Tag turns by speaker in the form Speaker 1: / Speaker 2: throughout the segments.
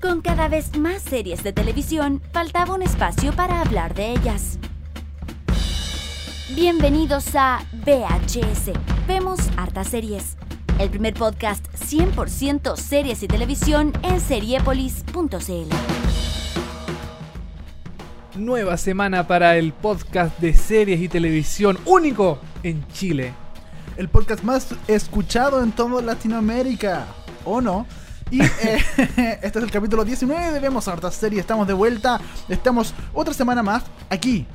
Speaker 1: Con cada vez más series de televisión, faltaba un espacio para hablar de ellas. Bienvenidos a VHS. Vemos hartas series. El primer podcast 100% series y televisión en seriepolis.cl.
Speaker 2: Nueva semana para el podcast de series y televisión único en Chile.
Speaker 3: El podcast más escuchado en toda Latinoamérica. ¿O no? Y eh, este es el capítulo 19 de Vemos Hartas Serie. Estamos de vuelta. Estamos otra semana más aquí.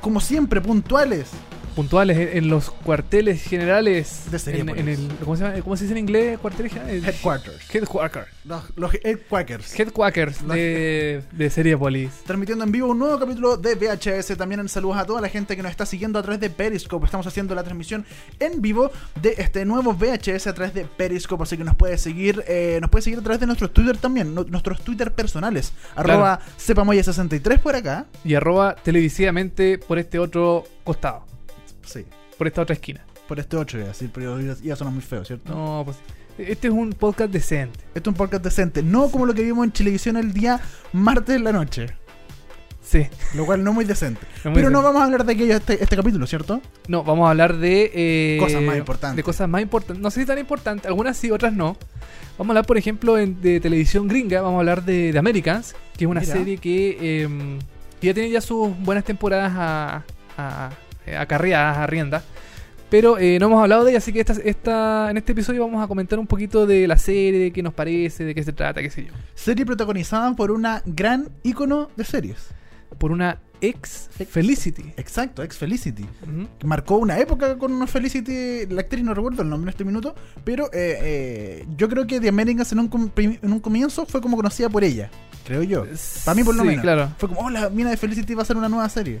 Speaker 3: Como siempre, puntuales.
Speaker 2: Puntuales en, en los cuarteles generales. en,
Speaker 3: De Seriepolis.
Speaker 2: en el, ¿cómo, se llama? ¿Cómo se dice en inglés? ¿Cuarteles generales?
Speaker 3: Headquarters.
Speaker 2: Headquarters.
Speaker 3: Los, los Headquarters.
Speaker 2: Headquarters de, de Seriepolis.
Speaker 3: Transmitiendo en vivo un nuevo capítulo de VHS. También en saludos a toda la gente que nos está siguiendo a través de Periscope. Estamos haciendo la transmisión en vivo de este nuevo VHS a través de Periscope. Así que nos puede seguir, eh, nos puede seguir a través de nuestros Twitter también, no- nuestros Twitter personales. Arroba sepamoya63 por acá.
Speaker 2: Y arroba televisivamente por este otro costado,
Speaker 3: Sí,
Speaker 2: por esta otra esquina.
Speaker 3: por este 8 iba a decir, pero iba iba a sonar muy feo, ¿cierto?
Speaker 2: No, pues. Este es un podcast decente.
Speaker 3: Esto es un podcast decente, no como lo que vimos en televisión el día martes en la noche.
Speaker 2: Sí.
Speaker 3: Lo cual no muy decente.
Speaker 2: muy
Speaker 3: Pero no
Speaker 2: decente.
Speaker 3: vamos a hablar de aquello este, este capítulo, ¿cierto?
Speaker 2: No, vamos a hablar de. eh,
Speaker 3: Cosas más importantes.
Speaker 2: De cosas más importantes. No sé si tan importantes, algunas sí, otras no. Vamos a hablar, por ejemplo, en- de televisión gringa. Vamos a hablar de, de Americans, que es una
Speaker 3: Mira.
Speaker 2: serie que, eh, que ya tiene ya sus buenas temporadas a, a- eh, acarreadas, a rienda. Pero eh, no hemos hablado de ella, así que esta, esta, en este episodio vamos a comentar un poquito de la serie, de qué nos parece, de qué se trata, qué sé yo.
Speaker 3: Serie protagonizada por una gran ícono de series.
Speaker 2: Por una ex Felicity.
Speaker 3: Exacto, ex Felicity.
Speaker 2: Ujú.
Speaker 3: que Marcó una época con una Felicity, la actriz no recuerdo el nombre en este minuto, pero eh, eh, yo creo que The Americans en un, com- en un comienzo fue como conocida por ella, creo yo. Para mí por lo
Speaker 2: Sí,
Speaker 3: menos.
Speaker 2: claro.
Speaker 3: Fue como, oh, la mina de Felicity va a ser una nueva serie.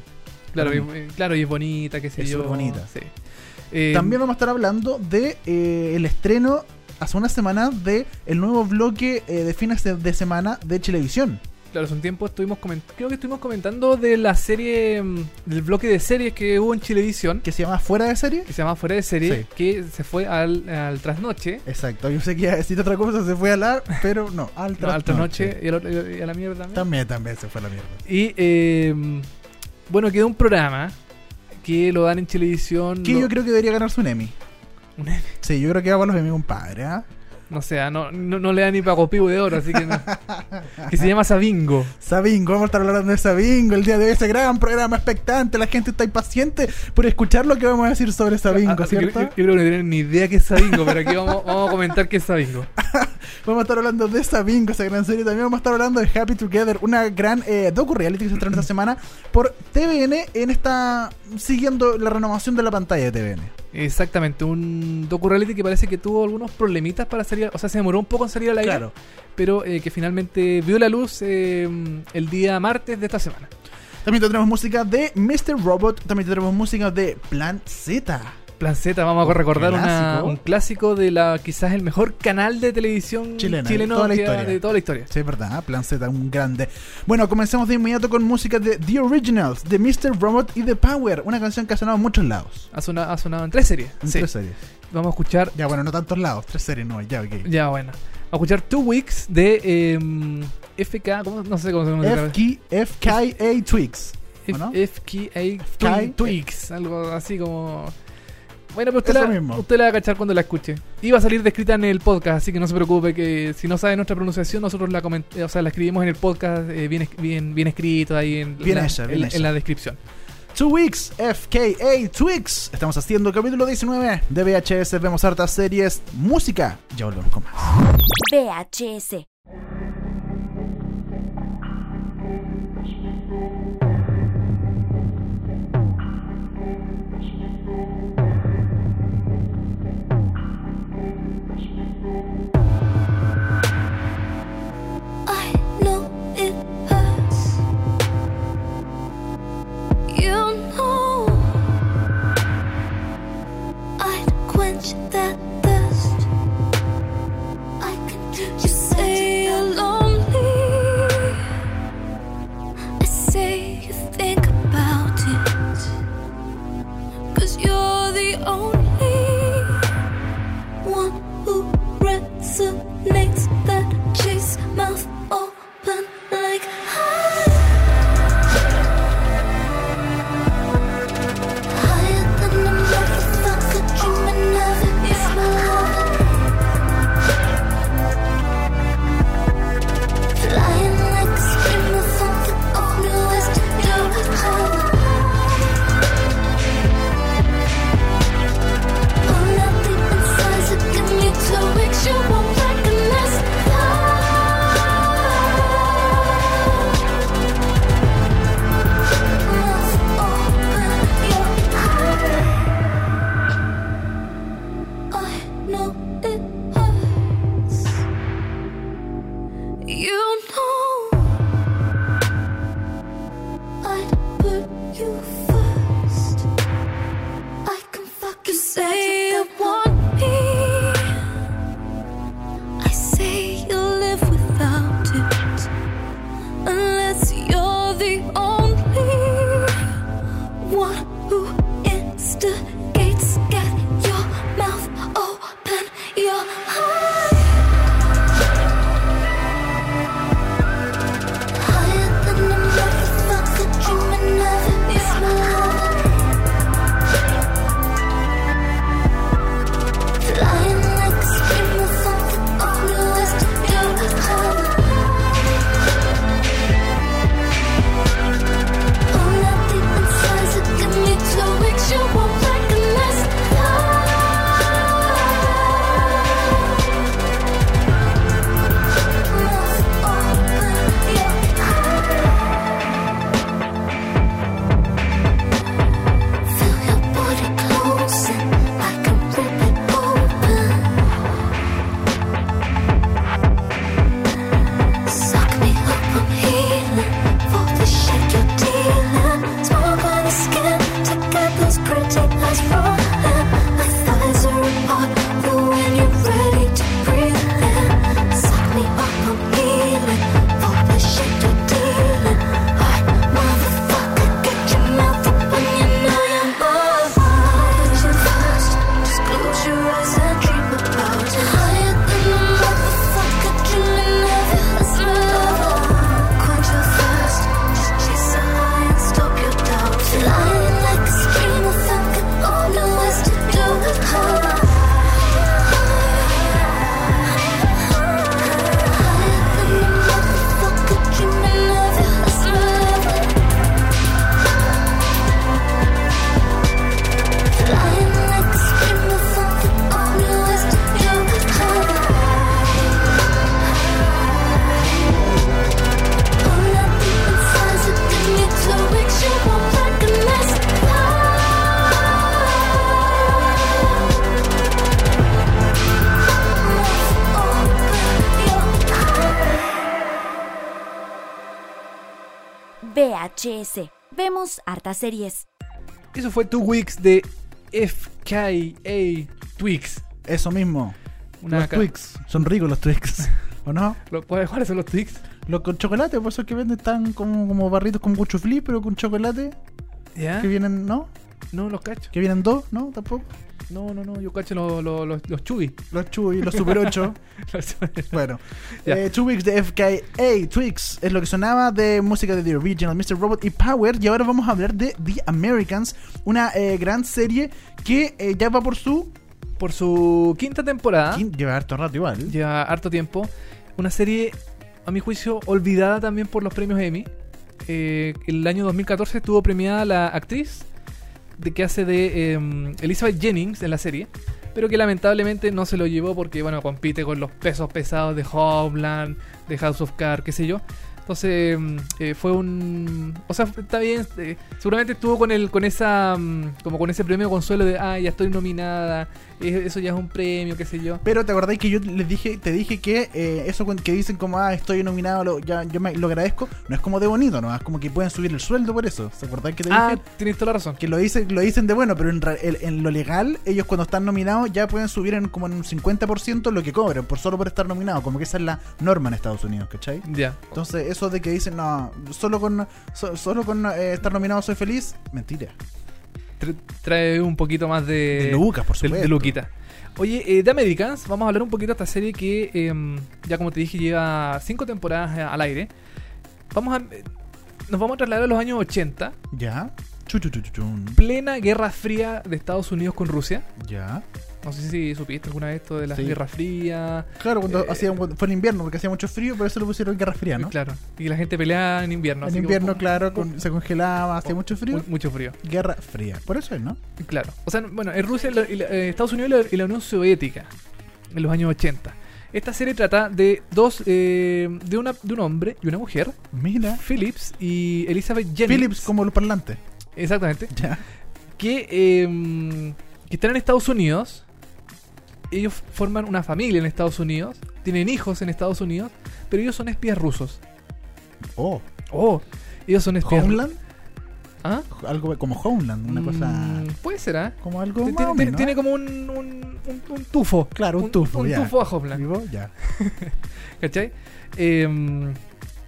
Speaker 2: Claro,
Speaker 3: Para mí.
Speaker 2: y, claro, y es bonita, qué sé
Speaker 3: Es
Speaker 2: yo.
Speaker 3: súper bonita.
Speaker 2: sí. Eh,
Speaker 3: También vamos a estar hablando de eh, el estreno hace una semana de el nuevo bloque eh, de fines de, de semana de televisión.
Speaker 2: Claro, hace un tiempo estuvimos comen- creo que estuvimos comentando de la serie, mm, del bloque de series que hubo en Chilevisión, que
Speaker 3: Que se llama Fuera de Serie.
Speaker 2: se llama Fuera de Serie,
Speaker 3: Sí.
Speaker 2: que se fue al, al trasnoche,
Speaker 3: Exacto, yo sé que iba a decir otra cosa, se fue a hablar, pero no, al
Speaker 2: no, al
Speaker 3: trasnoche.
Speaker 2: trasnoche y, al otro- y a la mierda también.
Speaker 3: También, también se fue a la mierda.
Speaker 2: Y eh, bueno, quedó un programa que lo dan en Chilevisión.
Speaker 3: Que
Speaker 2: lo-
Speaker 3: yo creo que debería ganarse un Emmy.
Speaker 2: un Emmy.
Speaker 3: Sí, yo creo que va para los Emmy, compadre, ¿ah?
Speaker 2: No sé, ah, no, no, no le dan ni pago pivo de oro, así que no. que se llama Sabingo.
Speaker 3: Sabingo, vamos a estar hablando de Sabingo el día de hoy, ese gran programa expectante, la gente está impaciente por escuchar lo que vamos a decir sobre Sabingo,
Speaker 2: Ah, yo-
Speaker 3: ¿cierto?
Speaker 2: Yo, yo creo que no tienen ni idea que es Sabingo, pero aquí vamos, vamos a comentar que es Sabingo.
Speaker 3: Vamos a estar hablando de esa bingo, esa gran serie. También vamos a estar hablando de Happy Together, una gran eh, docu-reality que se estrenó esta semana por TVN en esta... siguiendo la renovación de la pantalla de TVN.
Speaker 2: Exactamente, un docu-reality que parece que tuvo algunos problemitas para salir, o sea, se demoró un poco en salir al aire,
Speaker 3: Claro.
Speaker 2: pero eh, que finalmente vio la luz eh, el día martes de esta semana.
Speaker 3: También tendremos música de Mr. Robot, también tendremos música de Plan Z.
Speaker 2: Plan Z, vamos a
Speaker 3: Un
Speaker 2: recordar una-
Speaker 3: Oh, clásico.
Speaker 2: un clásico de la quizás el mejor canal de televisión
Speaker 3: Chilena,
Speaker 2: chileno
Speaker 3: de toda la
Speaker 2: que ha-
Speaker 3: historia.
Speaker 2: de toda la historia.
Speaker 3: Sí, es verdad, ¿eh? Plan Z, un grande. Bueno, comencemos de inmediato con música de The Originals, de Mr. Robot y The Power, una canción que ha sonado en muchos lados.
Speaker 2: Ha sonado, ha sonado en tres series.
Speaker 3: En
Speaker 2: Sí.
Speaker 3: tres series.
Speaker 2: Vamos a escuchar,
Speaker 3: Ya, bueno, no tantos lados, tres series, no, ya, ok.
Speaker 2: ya bueno, vamos a escuchar Two Weeks de eh, FK, ¿cómo? no sé cómo se llama.
Speaker 3: FK, FKA Twix. ¿o no? eh.
Speaker 2: FKA Twix, algo así como. Bueno, pero usted
Speaker 3: Eso
Speaker 2: la,
Speaker 3: mismo.
Speaker 2: usted la va a cachar cuando la escuche. Y va a salir descrita en el podcast, así que no se preocupe que si no sabe nuestra pronunciación, nosotros la coment- eh, o sea, la escribimos en el podcast eh, bien, es- bien, bien escrito ahí en,
Speaker 3: Bien
Speaker 2: la,
Speaker 3: hecha,
Speaker 2: en
Speaker 3: bien
Speaker 2: la-
Speaker 3: hecha.
Speaker 2: en la descripción.
Speaker 3: Two Weeks, FKA Twix. Estamos haciendo capítulo 19 de VHS. Vemos hartas series, música. Ya volvemos con más.
Speaker 1: VHS.
Speaker 4: I know it hurts. You know I'd quench that thirst. I can do. You say you're lonely. I say you think about it. 'Cause you're the only one who resonates that chase mouth all know it hurts. You know I'd put you first. I can fucking say you want me. I say you live without it. Unless you're the only one who instigates, get your mouth open, your heart. Higher than a motherfucker, dreaming of it's my love. Flying like a stream of something, only west of your heart. Pull up deep inside, so give me to it, you won't recognize love. Pretty eyes rolling. My thighs are apart, but when you're ready to breathe in, suck me up, I'm healing. For the shit you're dealing, hard motherfucker, get your mouth open, you know you're mine. Put you first, just close your eyes and dream about it. Higher than a motherfucker, dreaming of you as my lover. Quench your thirst, just chase a high and stop your doubt. Flying like a stream of thought, all there was to do was hold. You won't recognize love.
Speaker 1: VHS. Vemos hartas series.
Speaker 2: Eso fue Two Weeks de FKA Twix.
Speaker 3: Eso mismo.
Speaker 2: Una
Speaker 3: los
Speaker 2: ca-
Speaker 3: Twix. Son ricos los Twix. ¿O no?
Speaker 2: Lo- ¿Cuáles cuáles son los Twix?
Speaker 3: Los con chocolate, por eso es que venden tan como, como barritos con cuchuflí, pero con chocolate.
Speaker 2: ¿Ya?
Speaker 3: Que vienen, ¿no?
Speaker 2: No, los cacho.
Speaker 3: Que vienen dos, ¿no? Tampoco.
Speaker 2: No, no, no, yo cacho los, los, los, los chubis.
Speaker 3: Los Chuy, los Super 8. Bueno,
Speaker 2: Ya.
Speaker 3: eh, Two Weeks de FKA Twix es lo que sonaba de música de The Original, Mr. Robot y Power. Y ahora vamos a hablar de The Americans, una eh, gran serie que eh, ya va por su.
Speaker 2: Por su quinta temporada,
Speaker 3: Quin- Lleva harto rato igual.
Speaker 2: lleva harto tiempo, una serie, a mi juicio, olvidada también por los premios Emmy. Eh, el año 2014 estuvo premiada la actriz de que hace de eh, Elizabeth Jennings en la serie, pero que lamentablemente no se lo llevó porque, bueno, compite con los pesos pesados de Homeland, de House of Cards, qué sé yo. Entonces mm, eh, fue un, o sea, fue- está bien. eh, seguramente estuvo con el, con esa, mm, como con ese premio consuelo de, ah, ya estoy nominada, eh, eso ya es un premio, qué sé yo.
Speaker 3: Pero te acordáis que yo les dije, te dije que eh, eso con- que dicen como, ah, estoy nominado, lo- ya, yo me, lo agradezco, no es como de bonito, ¿no? Es como que pueden subir el sueldo por eso. ¿Se acordáis que te dije?
Speaker 2: Ah, tienes toda la razón.
Speaker 3: Que lo dicen, lo dicen de bueno, pero en, ra- el- en lo legal, ellos cuando están nominados ya pueden subir en como en un 50% lo que cobran, por solo por estar nominado. Como que esa es la norma en Estados Unidos, ¿cachai?
Speaker 2: Ya.
Speaker 3: Entonces, eso de que dicen, no, solo con so- solo con eh, estar nominado soy feliz, mentira.
Speaker 2: Tra- Trae un poquito más de.
Speaker 3: de Lucas, por
Speaker 2: de,
Speaker 3: supuesto.
Speaker 2: de Luquita. Oye, eh, de Americans, vamos a hablar un poquito de esta serie que, em, ya como te dije, lleva cinco temporadas eh, al aire. Vamos a. eh, Nos vamos a trasladar a los años 80,
Speaker 3: Ya. Chuchuchuchun.
Speaker 2: plena guerra fría de Estados Unidos con Rusia.
Speaker 3: Ya.
Speaker 2: No sé si supiste alguna vez esto de la
Speaker 3: Sí.
Speaker 2: guerra fría.
Speaker 3: Claro, cuando
Speaker 2: Eh,
Speaker 3: hacía, cuando- fue en invierno porque hacía mucho frío, por eso lo pusieron en guerra fría, ¿no?
Speaker 2: Claro. Y la gente peleaba en invierno.
Speaker 3: en
Speaker 2: así que-
Speaker 3: invierno, claro, con- se congelaba, hacía mucho frío,
Speaker 2: mu- mucho frío.
Speaker 3: guerra fría. Por eso es, ¿no?
Speaker 2: Claro. O sea, bueno, en Rusia, y la- y la- eh, Estados Unidos y la, y la Unión Soviética, en los años 80. Esta serie trata de dos, eh, de, una, de un hombre y una mujer,
Speaker 3: Mira.
Speaker 2: Phillips y Elizabeth Jennings.
Speaker 3: Philips como los parlantes.
Speaker 2: Exactamente. em,
Speaker 3: Ya.
Speaker 2: Que, eh, que están en Estados Unidos ellos forman una familia en Estados Unidos, tienen hijos en Estados Unidos, pero ellos son espías rusos.
Speaker 3: Oh,
Speaker 2: Oh, ellos son espías.
Speaker 3: Homeland,
Speaker 2: ¿Ah?
Speaker 3: algo como Homeland, una
Speaker 2: Mm,
Speaker 3: cosa
Speaker 2: Puede ser, ¿ah?
Speaker 3: como algo más
Speaker 2: Tiene,
Speaker 3: o
Speaker 2: tiene-
Speaker 3: menos,
Speaker 2: tiene
Speaker 3: ¿eh?
Speaker 2: como un, un- un- un tufo.
Speaker 3: Claro, un tufo,
Speaker 2: Un
Speaker 3: ya.
Speaker 2: tufo a Homeland.
Speaker 3: Vivo, ya.
Speaker 2: ¿Cachai? Eh,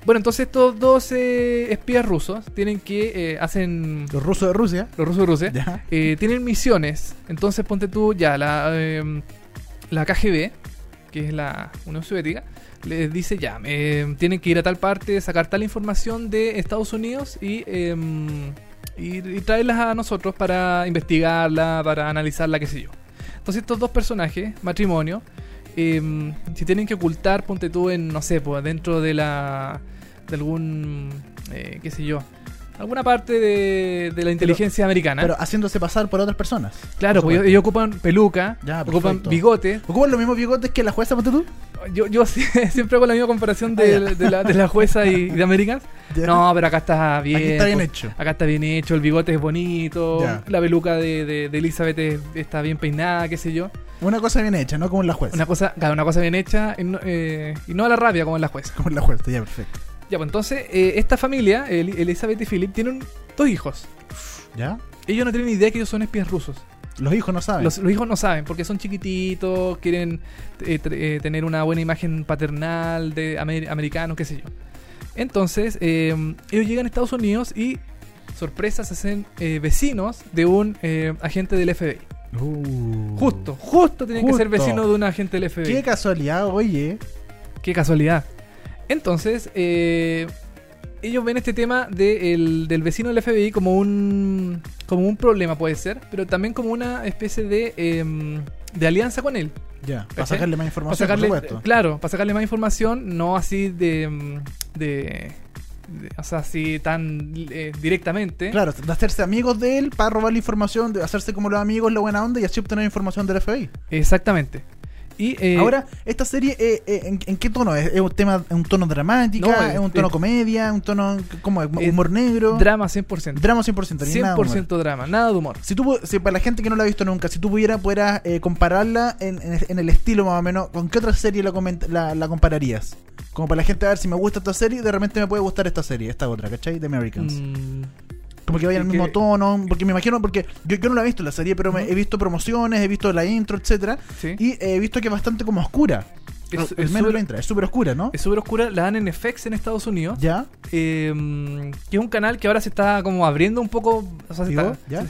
Speaker 2: bueno, entonces estos dos eh, espías rusos tienen que. eh, hacen.
Speaker 3: Los rusos de Rusia,
Speaker 2: Los rusos de Rusia.
Speaker 3: ya.
Speaker 2: eh, tienen misiones. Entonces ponte tú ya, la, eh, la KGB, que es la Unión Soviética, les dice ya, eh, tienen que ir a tal parte, sacar tal información de Estados Unidos y, eh, y, y traerlas a nosotros para investigarla, para analizarla, qué sé yo. Entonces estos dos personajes, matrimonio, eh, si tienen que ocultar, ponte tú en, no sé, pues dentro de la... de algún... eh, qué sé yo. Alguna parte de, de la inteligencia americana.
Speaker 3: Pero haciéndose pasar por otras personas.
Speaker 2: Claro,
Speaker 3: Por
Speaker 2: pues ellos,
Speaker 3: supuesto.
Speaker 2: ellos ocupan peluca,
Speaker 3: Ya,
Speaker 2: ocupan
Speaker 3: perfecto.
Speaker 2: bigote.
Speaker 3: ¿Ocupan los mismos bigotes que la jueza, ponte tú?
Speaker 2: Yo, yo siempre hago la misma comparación de,
Speaker 3: Ah, ya.
Speaker 2: de la, de la jueza y, y de Americans.
Speaker 3: Ya.
Speaker 2: No, pero acá está bien.
Speaker 3: Aquí está bien
Speaker 2: pues,
Speaker 3: hecho.
Speaker 2: Acá está bien hecho, el bigote es bonito,
Speaker 3: Ya.
Speaker 2: la peluca de, de- de Elizabeth es- está bien peinada, qué sé yo.
Speaker 3: Una cosa bien hecha, no como en la jueza.
Speaker 2: Una cosa, claro, una cosa bien hecha y no, eh, y no a la rabia como en la jueza.
Speaker 3: Como en la jueza, ya, perfecto.
Speaker 2: Ya, pues entonces, eh, esta familia, el- Elizabeth y Philip, tienen dos hijos.
Speaker 3: ¿Ya?
Speaker 2: Ellos no tienen idea que ellos son espías rusos.
Speaker 3: Los hijos no saben.
Speaker 2: Los, los hijos no saben porque son chiquititos, quieren eh, tr- eh, tener una buena imagen paternal de amer- americanos, qué sé yo. Entonces, eh, ellos llegan a Estados Unidos y, sorpresa, se hacen eh, vecinos de un eh, agente del FBI.
Speaker 3: Uh.
Speaker 2: Justo, justo tienen que ser
Speaker 3: Justo.
Speaker 2: vecinos de un agente del FBI.
Speaker 3: Qué casualidad, oye.
Speaker 2: Qué casualidad. Entonces, eh, ellos ven este tema de el- del vecino del FBI como un, como un problema, puede ser, pero también como una especie de, em, de alianza con él.
Speaker 3: Ya, para
Speaker 2: ¿Cachai?
Speaker 3: sacarle más
Speaker 2: Para
Speaker 3: información,
Speaker 2: sacarle, eh,
Speaker 3: por supuesto.
Speaker 2: claro, para sacarle más información, no así de. mm, de- de- o sea, así tan eh, directamente.
Speaker 3: Claro, de hacerse amigos de él para robar la información, de hacerse como los amigos, la buena onda y así obtener información del FBI.
Speaker 2: Exactamente. Y, eh,
Speaker 3: Ahora, esta serie, eh, eh, ¿en, en qué tono es? ¿Es un tema, es un tono dramática?
Speaker 2: No,
Speaker 3: ¿Es
Speaker 2: es-
Speaker 3: un tono
Speaker 2: es-
Speaker 3: comedia? ¿Un tono, cómo es?
Speaker 2: es
Speaker 3: ¿Humor negro?
Speaker 2: Drama 100%.
Speaker 3: drama 100%. ni nada de humor.
Speaker 2: 100% drama, nada de humor.
Speaker 3: Si tú, pu- si para la gente que no la ha visto nunca, si tú pudieras pudieras, eh, compararla en, en- en el estilo más o menos, ¿con qué otra serie la, coment- la, la compararías? Como para la gente a ver si me gusta esta serie, de repente me puede gustar esta serie, esta otra, ¿cachai? The Americans.
Speaker 2: Mm,
Speaker 3: Como que vaya al
Speaker 2: Es
Speaker 3: mismo
Speaker 2: que-
Speaker 3: tono, porque me imagino, porque yo, yo no la he visto la serie, pero me- he visto promociones, he visto la intro, etcétera,
Speaker 2: sí.
Speaker 3: y he visto que es bastante como oscura.
Speaker 2: Es-
Speaker 3: Al- al
Speaker 2: es
Speaker 3: menos
Speaker 2: súper-
Speaker 3: la intro, es súper oscura, ¿no?
Speaker 2: Es súper oscura, la dan en FX en Estados Unidos.
Speaker 3: ¿Ya?
Speaker 2: eh, que es un canal que ahora se está como abriendo un poco. O sea, se
Speaker 3: ¿Digo?
Speaker 2: está-
Speaker 3: ¿Ya?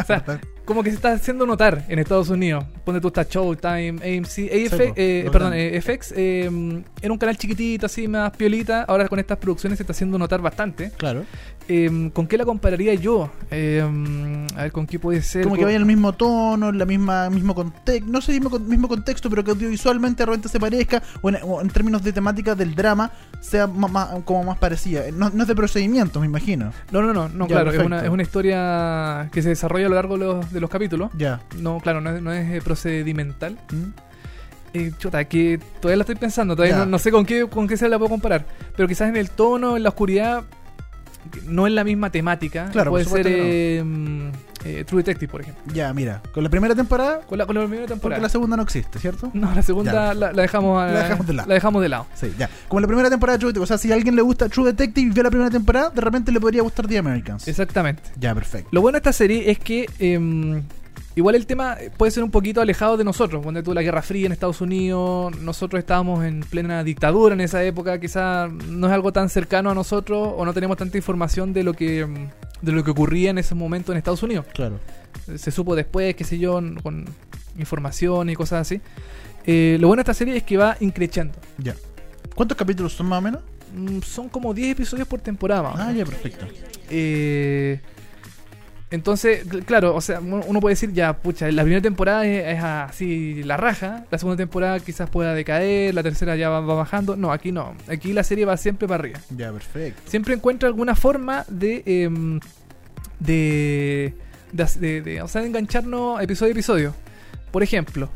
Speaker 2: o sea, como que se está haciendo notar en Estados Unidos. Ponte tú, está Showtime, AMC. AFX,
Speaker 3: pues,
Speaker 2: eh,
Speaker 3: lo
Speaker 2: perdón,
Speaker 3: grande.
Speaker 2: eh, FX eh, era un canal chiquitito, así más piolita. Ahora con estas producciones se está haciendo notar bastante.
Speaker 3: Claro.
Speaker 2: Eh, ¿Con qué la compararía yo? Eh, a ver, ¿con qué puede ser?
Speaker 3: Como que
Speaker 2: Con-
Speaker 3: vaya al mismo tono, la misma, mismo contexto, no sé, mismo, con- mismo contexto, pero que audiovisualmente de repente se parezca, o en, o en términos de temática del drama, sea ma- ma- como más parecida. Eh, No, no es de procedimiento, me imagino.
Speaker 2: No, no, no, no
Speaker 3: Ya,
Speaker 2: claro. Es
Speaker 3: perfecto.
Speaker 2: una, es una historia que se desarrolla a lo largo de los, de los capítulos.
Speaker 3: Ya.
Speaker 2: No, claro, no es, no es eh, procedimental.
Speaker 3: ¿Mm?
Speaker 2: Eh, chuta, que todavía la estoy pensando, todavía
Speaker 3: Ya.
Speaker 2: no, no sé con qué, con qué se la puedo comparar. Pero quizás en el tono, en la oscuridad, no es la misma temática.
Speaker 3: Claro,
Speaker 2: puede
Speaker 3: por supuesto
Speaker 2: ser
Speaker 3: que
Speaker 2: eh, mm, eh, True Detective, por ejemplo.
Speaker 3: Ya, mira. Con la primera temporada,
Speaker 2: Con la, con la primera
Speaker 3: porque
Speaker 2: temporada.
Speaker 3: la segunda no existe, ¿cierto?
Speaker 2: No, la segunda
Speaker 3: Ya.
Speaker 2: la, la dejamos, a-
Speaker 3: La dejamos de lado.
Speaker 2: la dejamos de lado.
Speaker 3: Sí, ya. Como la primera temporada de True Detective. O sea, si a alguien le gusta True Detective y vio la primera temporada, de repente le podría gustar The Americans.
Speaker 2: Exactamente.
Speaker 3: Ya, perfecto.
Speaker 2: Lo bueno de esta serie es que em, igual el tema puede ser un poquito alejado de nosotros. Cuando tuvo la Guerra Fría en Estados Unidos, nosotros estábamos en plena dictadura en esa época, quizás no es algo tan cercano a nosotros o no tenemos tanta información de lo que em, de lo que ocurría en ese momento en Estados Unidos.
Speaker 3: Claro.
Speaker 2: Se supo después, qué sé yo, n- con información y cosas así. Eh, lo bueno de esta serie es que va increchando.
Speaker 3: Ya. ¿Cuántos capítulos son más o menos?
Speaker 2: Mm, son como 10 episodios por temporada. más o
Speaker 3: Ah,
Speaker 2: menos.
Speaker 3: ya, perfecto.
Speaker 2: Eh, entonces, cl- claro, o sea, uno uno puede decir, ya, pucha, la primera temporada es, es así la raja, la segunda temporada quizás pueda decaer, la tercera ya va, va bajando. No, aquí no. Aquí la serie va siempre para arriba.
Speaker 3: Ya, perfecto.
Speaker 2: Siempre encuentra alguna forma de. em, de, de, hac- de- de- O sea, de engancharnos episodio a episodio. Por ejemplo,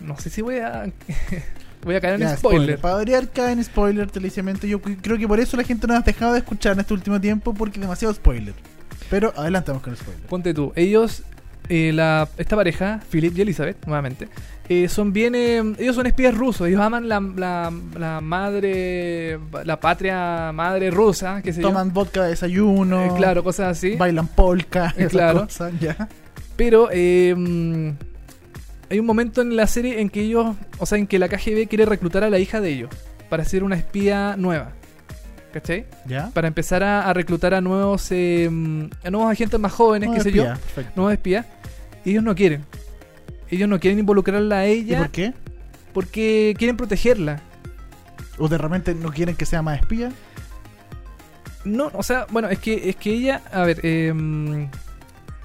Speaker 2: no sé si voy a. voy a caer en
Speaker 3: Ya,
Speaker 2: spoiler.
Speaker 3: Para variar, cae en spoiler, felizmente. Yo c- creo que por eso la gente no ha dejado de escuchar en este último tiempo, porque demasiado spoiler. Pero adelantamos con el spoiler.
Speaker 2: Ponte tú, ellos eh, la- esta pareja, Philip y Elizabeth, nuevamente, eh, son bien. eh, ellos son espías rusos. Ellos aman la, la- la madre. La patria madre rusa, que se
Speaker 3: Toman vodka de desayuno.
Speaker 2: Eh, claro, cosas así.
Speaker 3: Bailan polka.
Speaker 2: Eh,
Speaker 3: esas
Speaker 2: claro.
Speaker 3: cosas, ya.
Speaker 2: Pero eh, mm, hay un momento en la serie en que ellos, o sea, en que la KGB quiere reclutar a la hija de ellos para ser una espía nueva. ¿Cachai?
Speaker 3: ¿Ya?
Speaker 2: Para empezar a, a reclutar a nuevos eh, mm, a nuevos agentes más jóvenes, qué sé yo,
Speaker 3: Perfecto.
Speaker 2: nuevos espías. Y ellos no quieren. Ellos no quieren involucrarla a
Speaker 3: ¿Y
Speaker 2: ella
Speaker 3: por qué?
Speaker 2: porque quieren protegerla.
Speaker 3: ¿O de repente no quieren que sea más espía?
Speaker 2: No, o sea, bueno, es que, es que ella, a ver, eh,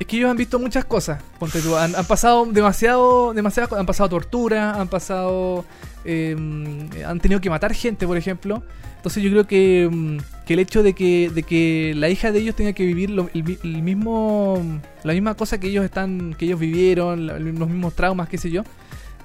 Speaker 2: es que ellos han visto muchas cosas. Ponte tú, han, han pasado demasiado, demasiadas cosas, han pasado tortura, han pasado, eh, han tenido que matar gente, por ejemplo. Entonces yo creo que, mm, que el hecho de que, de que la hija de ellos tenga que vivir lo- el, mi- el mismo, la misma cosa que ellos están, que ellos vivieron, la- los mismos traumas, qué sé yo.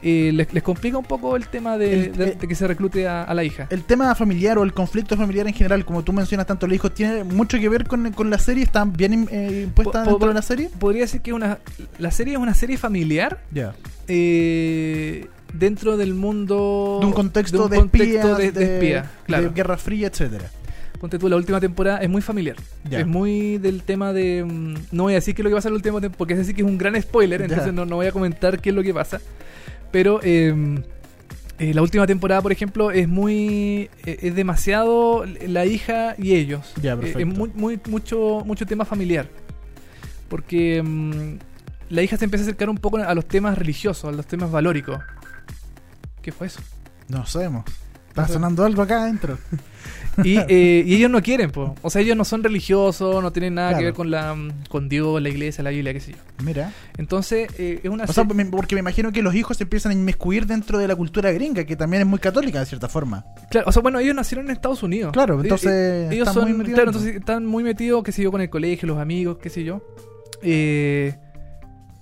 Speaker 2: eh, les, les complica un poco el tema de,
Speaker 3: El-
Speaker 2: de- de que se reclute a, a la hija.
Speaker 3: El tema familiar o el conflicto familiar en general, como tú mencionas tanto los hijos, tiene mucho que ver con, con la serie. ¿Está bien eh, impuesta
Speaker 2: Po- po-
Speaker 3: dentro de la serie?
Speaker 2: Podría decir que una, la serie es una serie familiar,
Speaker 3: Ya.
Speaker 2: eh, dentro del mundo
Speaker 3: De un contexto de,
Speaker 2: un contexto
Speaker 3: espías,
Speaker 2: de, de espía, claro
Speaker 3: de Guerra Fría, etcétera.
Speaker 2: ponte tú la última temporada es muy familiar
Speaker 3: Ya.
Speaker 2: es muy del tema de mm, no voy a decir qué es lo que pasa en la última temporada porque es decir que es un gran spoiler
Speaker 3: Ya.
Speaker 2: entonces no, no voy a comentar qué es lo que pasa pero eh, eh, la última temporada por ejemplo es muy eh, es demasiado la hija y ellos
Speaker 3: Ya,
Speaker 2: Eh,
Speaker 3: perfecto.
Speaker 2: es muy, muy- mucho mucho tema familiar porque mm, la hija se empieza a acercar un poco a los temas religiosos a los temas valóricos ¿Qué fue eso?
Speaker 3: No sabemos. Está sonando algo acá adentro.
Speaker 2: Y, eh, y ellos no quieren, po. o sea, ellos no son religiosos, no tienen nada que
Speaker 3: Claro.
Speaker 2: ver con la mm, con Dios, la iglesia, la Biblia, qué sé yo.
Speaker 3: Mira.
Speaker 2: Entonces, eh, es una
Speaker 3: O sea,
Speaker 2: se-
Speaker 3: me- porque me imagino que los hijos se empiezan a inmiscuir dentro de la cultura gringa, que también es muy católica de cierta forma.
Speaker 2: claro, o sea, bueno, ellos nacieron en Estados Unidos.
Speaker 3: Claro,
Speaker 2: Eh,
Speaker 3: entonces
Speaker 2: eh, ellos
Speaker 3: están
Speaker 2: son,
Speaker 3: muy metidos
Speaker 2: claro,
Speaker 3: en eso.
Speaker 2: entonces están muy metidos, qué sé yo, con el colegio, los amigos, qué sé yo. Eh,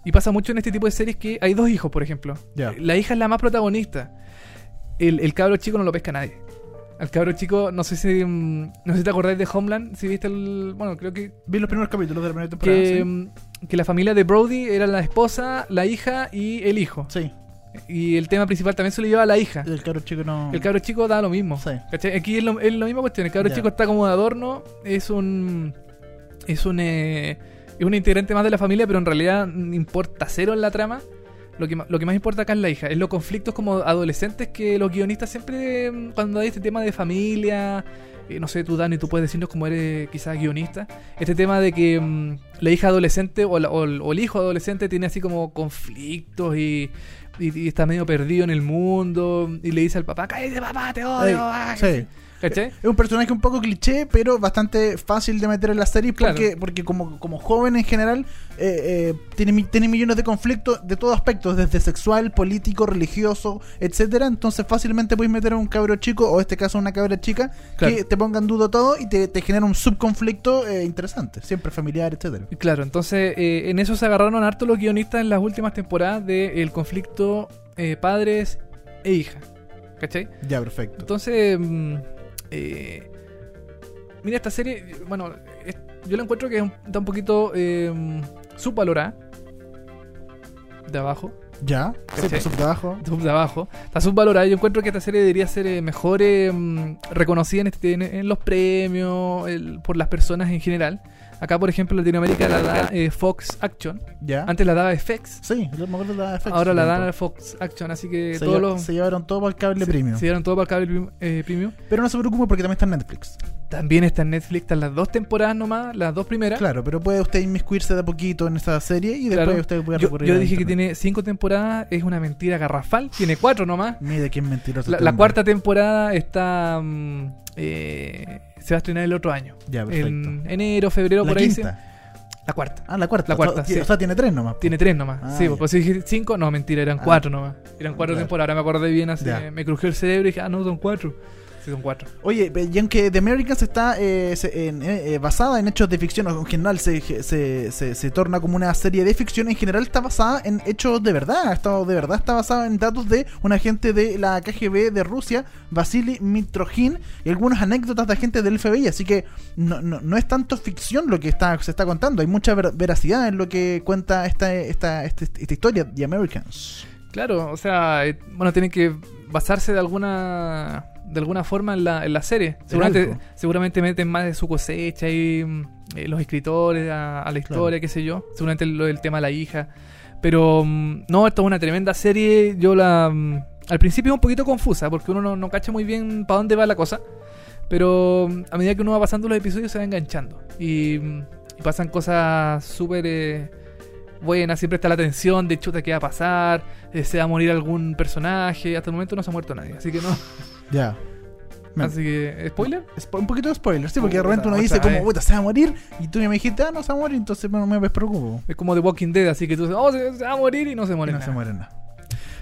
Speaker 2: y pasa mucho en este tipo de series que hay dos hijos, por ejemplo. Eh,
Speaker 3: Ya.
Speaker 2: La hija es la más protagonista. El, el cabro chico no lo pesca nadie. Al cabro chico, no sé si mm, no sé si te acordáis de Homeland, si viste el bueno, creo que
Speaker 3: Vi los primeros capítulos de la primera temporada.
Speaker 2: que, mm, que la familia de Brody era la esposa, la hija y el hijo.
Speaker 3: sí. Sí,
Speaker 2: Y el tema principal también se lo lleva a la hija.
Speaker 3: el cabro chico no.
Speaker 2: El cabro chico da lo mismo.
Speaker 3: Sí.
Speaker 2: ¿cachai? Aquí es lo, es la misma cuestión. El cabro
Speaker 3: Ya.
Speaker 2: chico está como de adorno, es un. Es un. eh, es un integrante más de la familia, pero en realidad mm, importa cero en la trama. Lo que, ma- lo que más importa acá es la hija. Es los conflictos como adolescentes que los guionistas siempre, mm, cuando hay este tema de familia, eh, no sé, tú Dani, tú puedes decirnos cómo eres quizás guionista, este tema de que mm, la hija adolescente o, la- o el- o el hijo adolescente tiene así como conflictos y, y- y está medio perdido en el mundo y le dice al papá, cállate papá, te
Speaker 3: Ey,
Speaker 2: odio. ah",
Speaker 3: sí.
Speaker 2: ¿Cachai?
Speaker 3: Es un personaje un poco cliché, pero bastante fácil de meter en la serie
Speaker 2: Claro.
Speaker 3: porque, porque como, como joven en general eh, eh, tiene, mi- tiene millones de conflictos de todo aspecto, desde sexual, político, religioso, etcétera Entonces fácilmente puedes meter a un cabro chico, o en este caso a una cabra chica,
Speaker 2: Claro.
Speaker 3: que te ponga en duda todo y te, te genera un subconflicto eh, interesante, siempre familiar, etcétera
Speaker 2: Y Claro, entonces eh, en eso se agarraron harto los guionistas en las últimas temporadas del conflicto eh, padres e hija. ¿Cachai?
Speaker 3: Ya, perfecto.
Speaker 2: Entonces, mm, eh, mira, esta serie, bueno, es- yo la encuentro que es un- está un poquito eh, subvalorada. De abajo,
Speaker 3: Ya,
Speaker 2: Sí. pues.
Speaker 3: sí. trabajo.
Speaker 2: sub- de abajo. Está subvalorada. Yo encuentro que esta serie debería ser eh, mejor eh, mm, reconocida en, este- en- en los premios, el- por las personas en general. Acá, por ejemplo, en Latinoamérica la da eh, Fox Action.
Speaker 3: Ya.
Speaker 2: Antes la daba FX.
Speaker 3: sí, lo mejor de la FX.
Speaker 2: Ahora la dan Fox Action, así que
Speaker 3: pues. se,
Speaker 2: todos
Speaker 3: lle-
Speaker 2: los.
Speaker 3: se llevaron todo para el cable
Speaker 2: se-
Speaker 3: premium.
Speaker 2: se dieron todo para el cable prim- eh, premium.
Speaker 3: Pero no se preocupe porque también está en Netflix.
Speaker 2: También está en Netflix, están las dos temporadas nomás, las dos primeras.
Speaker 3: Claro, pero puede usted inmiscuirse de a poquito en esta serie y después
Speaker 2: Claro.
Speaker 3: usted puede
Speaker 2: Yo,
Speaker 3: recurrir
Speaker 2: yo
Speaker 3: a
Speaker 2: dije que
Speaker 3: internet.
Speaker 2: tiene cinco temporadas, es una mentira garrafal, tiene cuatro nomás.
Speaker 3: Mire qué mentiroso.
Speaker 2: La,
Speaker 3: este
Speaker 2: la
Speaker 3: hombre.
Speaker 2: cuarta temporada está. mm, eh, se va a estrenar el otro año.
Speaker 3: Ya, perfecto.
Speaker 2: en enero, febrero,
Speaker 3: La
Speaker 2: por ahí.
Speaker 3: quinta.
Speaker 2: se- La cuarta.
Speaker 3: Ah, la cuarta.
Speaker 2: La
Speaker 3: O sea,
Speaker 2: cuarta,
Speaker 3: ti-
Speaker 2: sí.
Speaker 3: O sea, tiene tres nomás.
Speaker 2: Tiene tres nomás.
Speaker 3: Ah,
Speaker 2: sí,
Speaker 3: ya.
Speaker 2: porque si dije cinco, no, mentira, eran
Speaker 3: Ah.
Speaker 2: cuatro nomás. Eran cuatro
Speaker 3: Claro.
Speaker 2: temporadas, me acordé bien, así
Speaker 3: Ya.
Speaker 2: me- me crujió el cerebro y dije, ah, no, son cuatro. Season 4.
Speaker 3: Oye, pero y aunque The Americans está eh, se- en- eh, eh, basada en hechos de ficción, o en general se, se- se- se torna como una serie de ficción, en general está basada en hechos de verdad, está, de verdad está basada en datos de un agente de la KGB de Rusia, Vasily Mitrojin, y algunas anécdotas de agentes del FBI, así que no, no- no es tanto ficción lo que está, se está contando, hay mucha ver- veracidad en lo que cuenta esta, esta, esta, esta historia, The Americans.
Speaker 2: Claro, o sea, eh, bueno, tienen que basarse de alguna de alguna forma en la, en la serie. Seguramente,
Speaker 3: algo.
Speaker 2: seguramente meten más de su cosecha y mm, eh, los escritores a, a la historia, qué sé yo. Seguramente lo del tema de la hija. Pero mm, no, esto es una tremenda serie. Yo la... mm, al principio es un poquito confusa porque uno no, no cacha muy bien para dónde va la cosa. Pero mm, a medida que uno va pasando los episodios se va enganchando. Y, mm, y pasan cosas súper... eh, buena, siempre está la tensión de chuta que va a pasar, eh, se va a morir algún personaje. Hasta el momento no se ha muerto nadie, así que no.
Speaker 3: Ya. Men.
Speaker 2: Así que, ¿spoiler?
Speaker 3: Spo- Un poquito de spoiler, sí, porque de
Speaker 2: Puta,
Speaker 3: repente uno dice
Speaker 2: otra
Speaker 3: como,
Speaker 2: vez.
Speaker 3: puta, se va a morir, y tú ya me dijiste, ah, no se va a morir, entonces bueno, me preocupo.
Speaker 2: Es como The Walking Dead, así que tú dices, oh, se, se va a morir y no se
Speaker 3: Y
Speaker 2: muere.
Speaker 3: no
Speaker 2: nada.
Speaker 3: se mueren nada.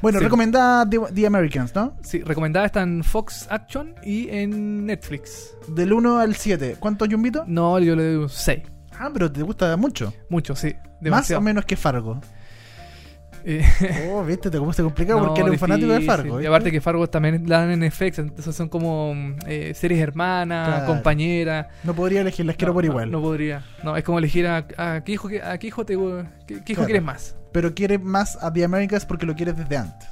Speaker 3: Bueno,
Speaker 2: Sí.
Speaker 3: recomendada The, The Americans, ¿no?
Speaker 2: Sí, recomendada está en Fox Action y en Netflix.
Speaker 3: Del 1 al 7. ¿Cuántos yumbitos?
Speaker 2: No, yo le doy un 6.
Speaker 3: Ah, pero te gusta mucho.
Speaker 2: Mucho, sí.
Speaker 3: Más o
Speaker 2: Demasiado.
Speaker 3: menos que Fargo.
Speaker 2: Eh,
Speaker 3: Oh, viste, te cómo se complica porque
Speaker 2: no,
Speaker 3: eres un fanático de
Speaker 2: difícil.
Speaker 3: Fargo.
Speaker 2: Y
Speaker 3: ¿viste?
Speaker 2: aparte que Fargo también la dan en FX, entonces son como mm, eh, series hermanas,
Speaker 3: Claro.
Speaker 2: compañeras.
Speaker 3: No podría elegir, las quiero
Speaker 2: No,
Speaker 3: por
Speaker 2: no,
Speaker 3: igual.
Speaker 2: No, podría. No, es como elegir a, a qué hijo, que- a qué hijo, te, qué- qué hijo
Speaker 3: Claro.
Speaker 2: quieres más.
Speaker 3: Pero quieres más a The Americans porque lo quieres desde antes.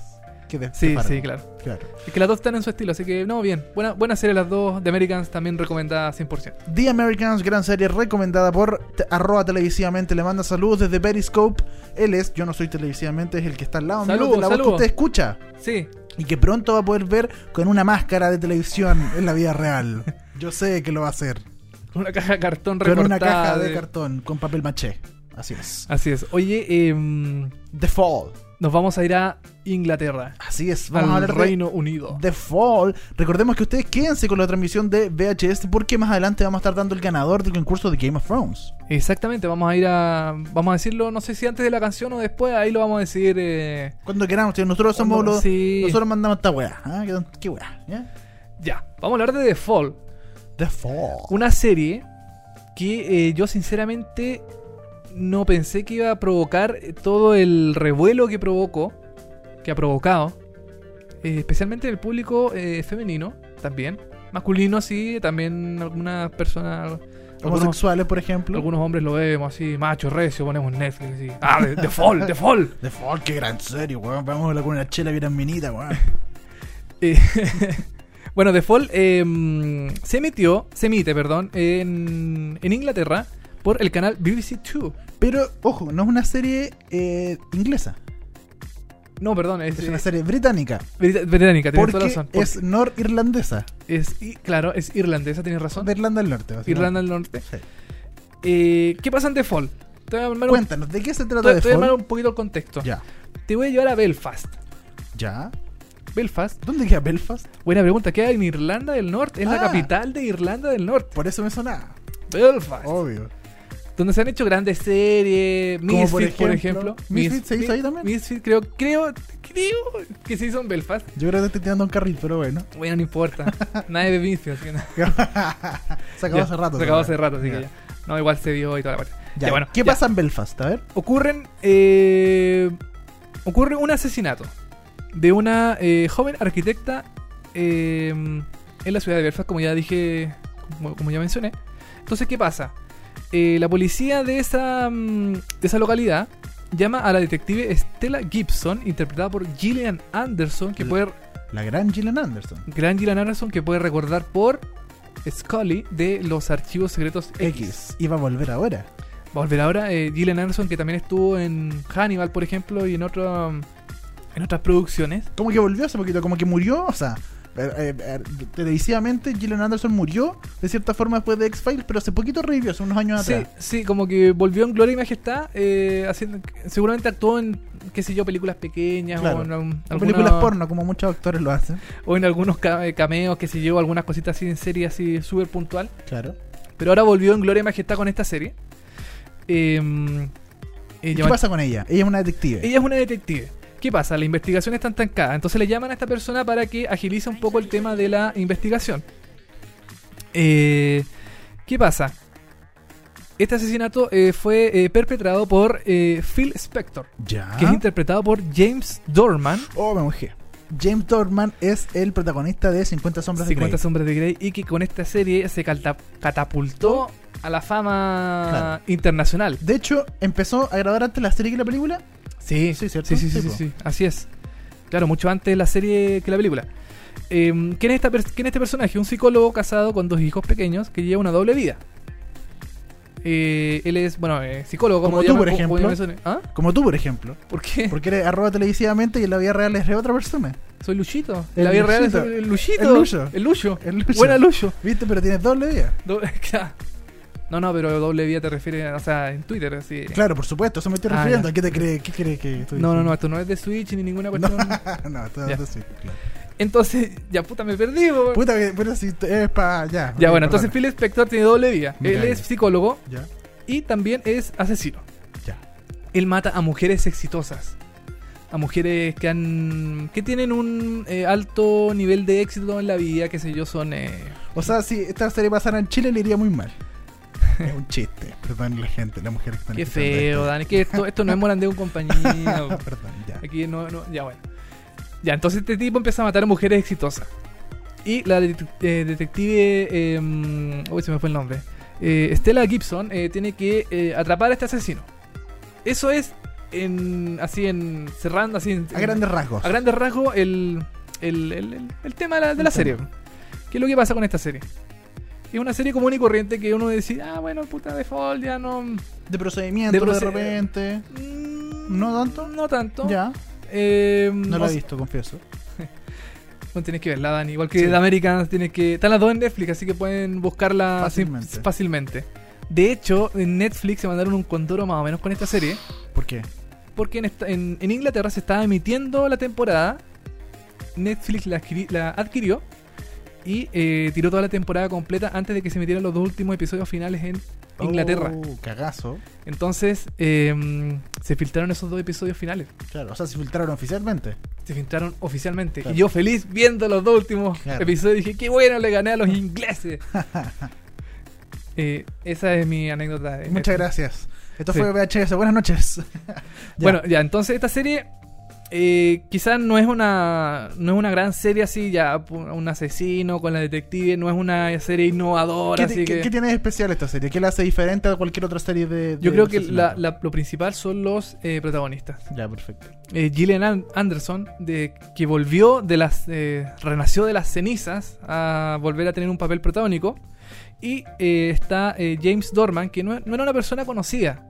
Speaker 3: Que de-
Speaker 2: Sí,
Speaker 3: de Fargo.
Speaker 2: sí, claro.
Speaker 3: claro.
Speaker 2: Es que las dos están en su estilo, así que no, bien. Buena, buena serie las dos. The Americans también recomendada 100%.
Speaker 3: The Americans, gran serie recomendada por te- arroba televisivamente. Le manda saludos desde Periscope. Él es, yo no soy televisivamente, es el que está al lado mío
Speaker 2: Saludos,
Speaker 3: de la voz
Speaker 2: saludos.
Speaker 3: que usted escucha.
Speaker 2: Sí,
Speaker 3: Y que pronto va a poder ver con una máscara de televisión en la vida real. Yo sé que lo va a hacer.
Speaker 2: con una caja de cartón
Speaker 3: Con
Speaker 2: recortada.
Speaker 3: una caja de
Speaker 2: de-
Speaker 3: cartón, con papel maché. Así es.
Speaker 2: Así es. Oye, eh, nos
Speaker 3: The Fall.
Speaker 2: vamos a ir a Inglaterra.
Speaker 3: Así es. Vamos a
Speaker 2: al
Speaker 3: hablar de
Speaker 2: Reino Unido.
Speaker 3: The Fall. Recordemos que ustedes quédense con la transmisión de VHS porque más adelante vamos a estar dando el ganador del concurso de Game of Thrones.
Speaker 2: Exactamente, vamos a ir a. Vamos a decirlo, no sé si antes de la canción o después, ahí lo vamos a decidir. eh,
Speaker 3: Cuando queramos, tío, nosotros somos
Speaker 2: Cuando-
Speaker 3: los.
Speaker 2: sí.
Speaker 3: Nosotros mandamos esta weá. ¿ah? ¿Qué- ¿Qué weá? ¿ya?
Speaker 2: ya. Vamos a hablar de The Fall.
Speaker 3: The Fall.
Speaker 2: Una serie que eh, yo sinceramente no pensé que iba a provocar todo el revuelo que provocó, que ha provocado, eh, especialmente el público eh, femenino también, masculino sí, también algunas personas, algunos,
Speaker 3: Homosexuales, por ejemplo.
Speaker 2: algunos hombres lo vemos así, macho, recio, ponemos Netflix así, ah, de, de fall, de fall.
Speaker 3: The Fall, qué gran serie, weón. Vamos a hablar con una chela bien minita, weón.
Speaker 2: Eh, bueno, The Fall eh, mm, se emitió, se emite, perdón, en, en Inglaterra por el canal BBC Two.
Speaker 3: Pero, ojo, no es una serie eh, inglesa.
Speaker 2: No, perdón, es,
Speaker 3: Es una serie británica.
Speaker 2: Brita- Británica, tienes toda la
Speaker 3: Porque
Speaker 2: razón. Porque
Speaker 3: es norirlandesa.
Speaker 2: es i- claro, es irlandesa, tienes razón.
Speaker 3: De Irlanda del Norte. básicamente.
Speaker 2: Irlanda del Norte.
Speaker 3: Sí.
Speaker 2: Eh, ¿Qué pasa en The Fall? Te voy a armar, un,
Speaker 3: Cuéntanos, ¿de qué se
Speaker 2: te-
Speaker 3: trata de
Speaker 2: te voy a armar
Speaker 3: Fall?
Speaker 2: un poquito el contexto.
Speaker 3: Ya,
Speaker 2: Te voy a llevar a Belfast.
Speaker 3: ya.
Speaker 2: Belfast,
Speaker 3: ¿Dónde queda Belfast?
Speaker 2: buena pregunta, queda en Irlanda del Norte, es la
Speaker 3: Ah.
Speaker 2: capital de Irlanda del Norte.
Speaker 3: Por eso me sonaba.
Speaker 2: Belfast.
Speaker 3: Obvio.
Speaker 2: Donde se han hecho grandes series, Misfit, por ejemplo.
Speaker 3: Misfit
Speaker 2: Mis-
Speaker 3: se hizo
Speaker 2: Mi-
Speaker 3: ahí también.
Speaker 2: Misfit, creo, creo, creo que se hizo en Belfast.
Speaker 3: Yo creo que te estoy tirando un carril, pero bueno.
Speaker 2: Bueno, no importa. Nadie ve Misfit, así que no.
Speaker 3: se acabó
Speaker 2: Ya,
Speaker 3: hace rato.
Speaker 2: Se acabó hace rato, así
Speaker 3: Ya.
Speaker 2: que ya. No, igual se dio y toda la parte.
Speaker 3: Ya,
Speaker 2: Ya, bueno,
Speaker 3: ¿Qué
Speaker 2: ya.
Speaker 3: pasa en Belfast? A ver.
Speaker 2: Ocurren. eh, ocurre un asesinato de una eh, joven arquitecta eh, en la ciudad de Belfast, como ya dije, como, como ya mencioné. Entonces, ¿qué pasa? Eh, la policía de esa, mm, de esa localidad llama a la detective Stella Gibson, interpretada por Gillian Anderson, que
Speaker 3: La-
Speaker 2: puede.
Speaker 3: La gran Gillian Anderson.
Speaker 2: Gran Gillian Anderson, que puede recordar por Scully de los archivos secretos X.
Speaker 3: X. Iba a volver ahora.
Speaker 2: Va a volver ahora eh, Gillian Anderson, que también estuvo en Hannibal, por ejemplo, y en, otro, um, en otras producciones.
Speaker 3: Como que volvió hace poquito, como que murió, o sea. eh, eh, eh, televisivamente, Gillian Anderson murió de cierta forma después de X-Files, pero hace poquito revivió, hace unos años
Speaker 2: Sí,
Speaker 3: atrás.
Speaker 2: sí, como que volvió en Gloria y Majestad, eh, haciendo, seguramente actuó en, qué sé yo, películas pequeñas
Speaker 3: Claro.
Speaker 2: o en, um,
Speaker 3: O
Speaker 2: alguna-
Speaker 3: películas porno, como muchos actores lo hacen.
Speaker 2: o en algunos ca- eh, cameos, que sé yo, algunas cositas así en serie así súper puntual.
Speaker 3: Claro.
Speaker 2: Pero ahora volvió en Gloria y Majestad con esta serie. Em, Eh, eh,
Speaker 3: ¿Y ¿Qué
Speaker 2: llaman-
Speaker 3: pasa con ella? Ella es una detective.
Speaker 2: Ella es una detective. ¿Qué pasa? La investigación está estancada. Entonces le llaman a esta persona para que agilice un poco el tema de la investigación. Eh, ¿Qué pasa? Este asesinato eh, fue eh, perpetrado por eh, Phil Spector,
Speaker 3: Ya.
Speaker 2: que es interpretado por James Dorman.
Speaker 3: Oh, me mojé. James Dorman es el protagonista de 50 sombras
Speaker 2: 50
Speaker 3: de
Speaker 2: Sombras de Grey y que con esta serie se calta- catapultó a la fama
Speaker 3: Claro.
Speaker 2: internacional.
Speaker 3: Grey. De hecho, empezó a grabar antes la serie que la película.
Speaker 2: Sí,
Speaker 3: Sí,
Speaker 2: sí,
Speaker 3: ¿cierto?
Speaker 2: sí, sí,
Speaker 3: Sí,
Speaker 2: sí,
Speaker 3: po.
Speaker 2: sí, así es. Claro, mucho antes la serie que la película. Eh, ¿quién, es esta per- quién es este personaje? Un psicólogo casado con dos hijos pequeños que lleva una doble vida. Eh, él es, bueno, eh, psicólogo,
Speaker 3: Como
Speaker 2: lo
Speaker 3: tú,
Speaker 2: llaman?
Speaker 3: por
Speaker 2: ¿Cómo- cómo
Speaker 3: ejemplo.
Speaker 2: llaman eso? ¿Ah?
Speaker 3: Como tú, por ejemplo.
Speaker 2: ¿Por qué?
Speaker 3: Porque eres arroba televisivamente y en la vida real es re otra persona.
Speaker 2: Soy Luchito.
Speaker 3: El
Speaker 2: En la vida real es
Speaker 3: Luchito.
Speaker 2: el Luchito.
Speaker 3: El Lucho.
Speaker 2: El Lucho.
Speaker 3: El Lucho.
Speaker 2: Buena Lucho.
Speaker 3: ¿Viste? Pero tienes doble vida.
Speaker 2: Do- claro. No, no, pero doble vía te refiere, o sea, en Twitter, así.
Speaker 3: Claro, por supuesto, eso me estoy
Speaker 2: Ah,
Speaker 3: refiriendo.
Speaker 2: ya.
Speaker 3: ¿A qué te cree? ¿Qué cree que estoy
Speaker 2: No, no, no,
Speaker 3: diciendo? Ah,
Speaker 2: esto no es de Switch ni ninguna cuestión.
Speaker 3: no, esto-
Speaker 2: Ya.
Speaker 3: esto sí, claro.
Speaker 2: Entonces, ya puta, me perdí, po.
Speaker 3: Puta, que- pero si te- es para. Ya.
Speaker 2: Ya,
Speaker 3: ok,
Speaker 2: bueno, entonces
Speaker 3: perdona.
Speaker 2: Phil Spector tiene doble vía.
Speaker 3: Ya,
Speaker 2: Él
Speaker 3: ya.
Speaker 2: es psicólogo
Speaker 3: Ya,
Speaker 2: y también es asesino.
Speaker 3: ya.
Speaker 2: Él mata a mujeres exitosas. A mujeres que han. que tienen un eh, alto nivel de éxito en la vida, qué sé yo, son. eh,
Speaker 3: O sea, si esta serie pasara en Chile, le iría muy mal. es un chiste. Perdón, la gente, la mujer que está
Speaker 2: qué feo, Dani. Que esto, esto no es morandeo un compañero.
Speaker 3: Ah, Perdón, ya.
Speaker 2: Aquí no, no- ya bueno. Ya, entonces este tipo empieza a matar a mujeres exitosas. Y la detec- eh, detective. eh, mm, uy, se me fue el nombre. Eh, Stella Gibson eh, tiene que eh, atrapar a este asesino. Eso es en. Así en. Cerrando, así en.
Speaker 3: A grandes rasgos.
Speaker 2: a grandes rasgos el, el, el- el- el tema de la, de la
Speaker 3: El
Speaker 2: serie.
Speaker 3: tema.
Speaker 2: ¿Qué es lo que pasa con esta serie? Es una serie común y corriente que uno decide, ah, bueno, puta, default, ya no. mm,
Speaker 3: de procedimiento, de,
Speaker 2: de proced-
Speaker 3: repente.
Speaker 2: mm,
Speaker 3: ¿No tanto?
Speaker 2: No tanto.
Speaker 3: Ya.
Speaker 2: Eh,
Speaker 3: No la
Speaker 2: o
Speaker 3: he visto, confieso.
Speaker 2: Bueno, tienes que verla, Dani. Igual que
Speaker 3: Sí.
Speaker 2: The Americans, tienes que. Están las dos en Netflix, así que pueden buscarla sin-
Speaker 3: Fácilmente.
Speaker 2: fácilmente. De hecho, en Netflix se mandaron un condoro más o menos con esta serie.
Speaker 3: ¿Por qué?
Speaker 2: Porque en, esta- en- en Inglaterra se estaba emitiendo la temporada. Netflix la, adquiri- la adquirió. Y eh, tiró toda la temporada completa antes de que se emitieran los dos últimos episodios finales en Inglaterra.
Speaker 3: Oh, cagazo.
Speaker 2: Entonces, eh, se filtraron esos dos episodios finales.
Speaker 3: Claro, o sea, se filtraron oficialmente.
Speaker 2: se filtraron oficialmente.
Speaker 3: Claro.
Speaker 2: Y yo feliz viendo los dos últimos
Speaker 3: Claro.
Speaker 2: episodios dije, qué bueno, le gané a los ingleses. Eh, esa es mi anécdota. de
Speaker 3: Muchas
Speaker 2: Netflix.
Speaker 3: gracias. Esto
Speaker 2: Sí.
Speaker 3: fue VHS. Buenas noches. Ya.
Speaker 2: Bueno, ya, entonces esta serie eh, quizás no es una no es una gran serie así, ya, pu- un asesino con la detective, no es una serie innovadora.
Speaker 3: ¿Qué,
Speaker 2: así
Speaker 3: ti- qué-
Speaker 2: que
Speaker 3: qué tiene de especial esta serie? ¿Qué la hace diferente a cualquier otra serie de.?
Speaker 2: yo
Speaker 3: de
Speaker 2: creo que la-
Speaker 3: asesinato?
Speaker 2: la- lo principal son los eh, protagonistas.
Speaker 3: Ya, perfecto.
Speaker 2: eh, Gillian An- Anderson, de, que volvió de las. eh, renació de las cenizas a volver a tener un papel protagónico. Y eh, está eh, James Dorman, que no, no era una persona conocida.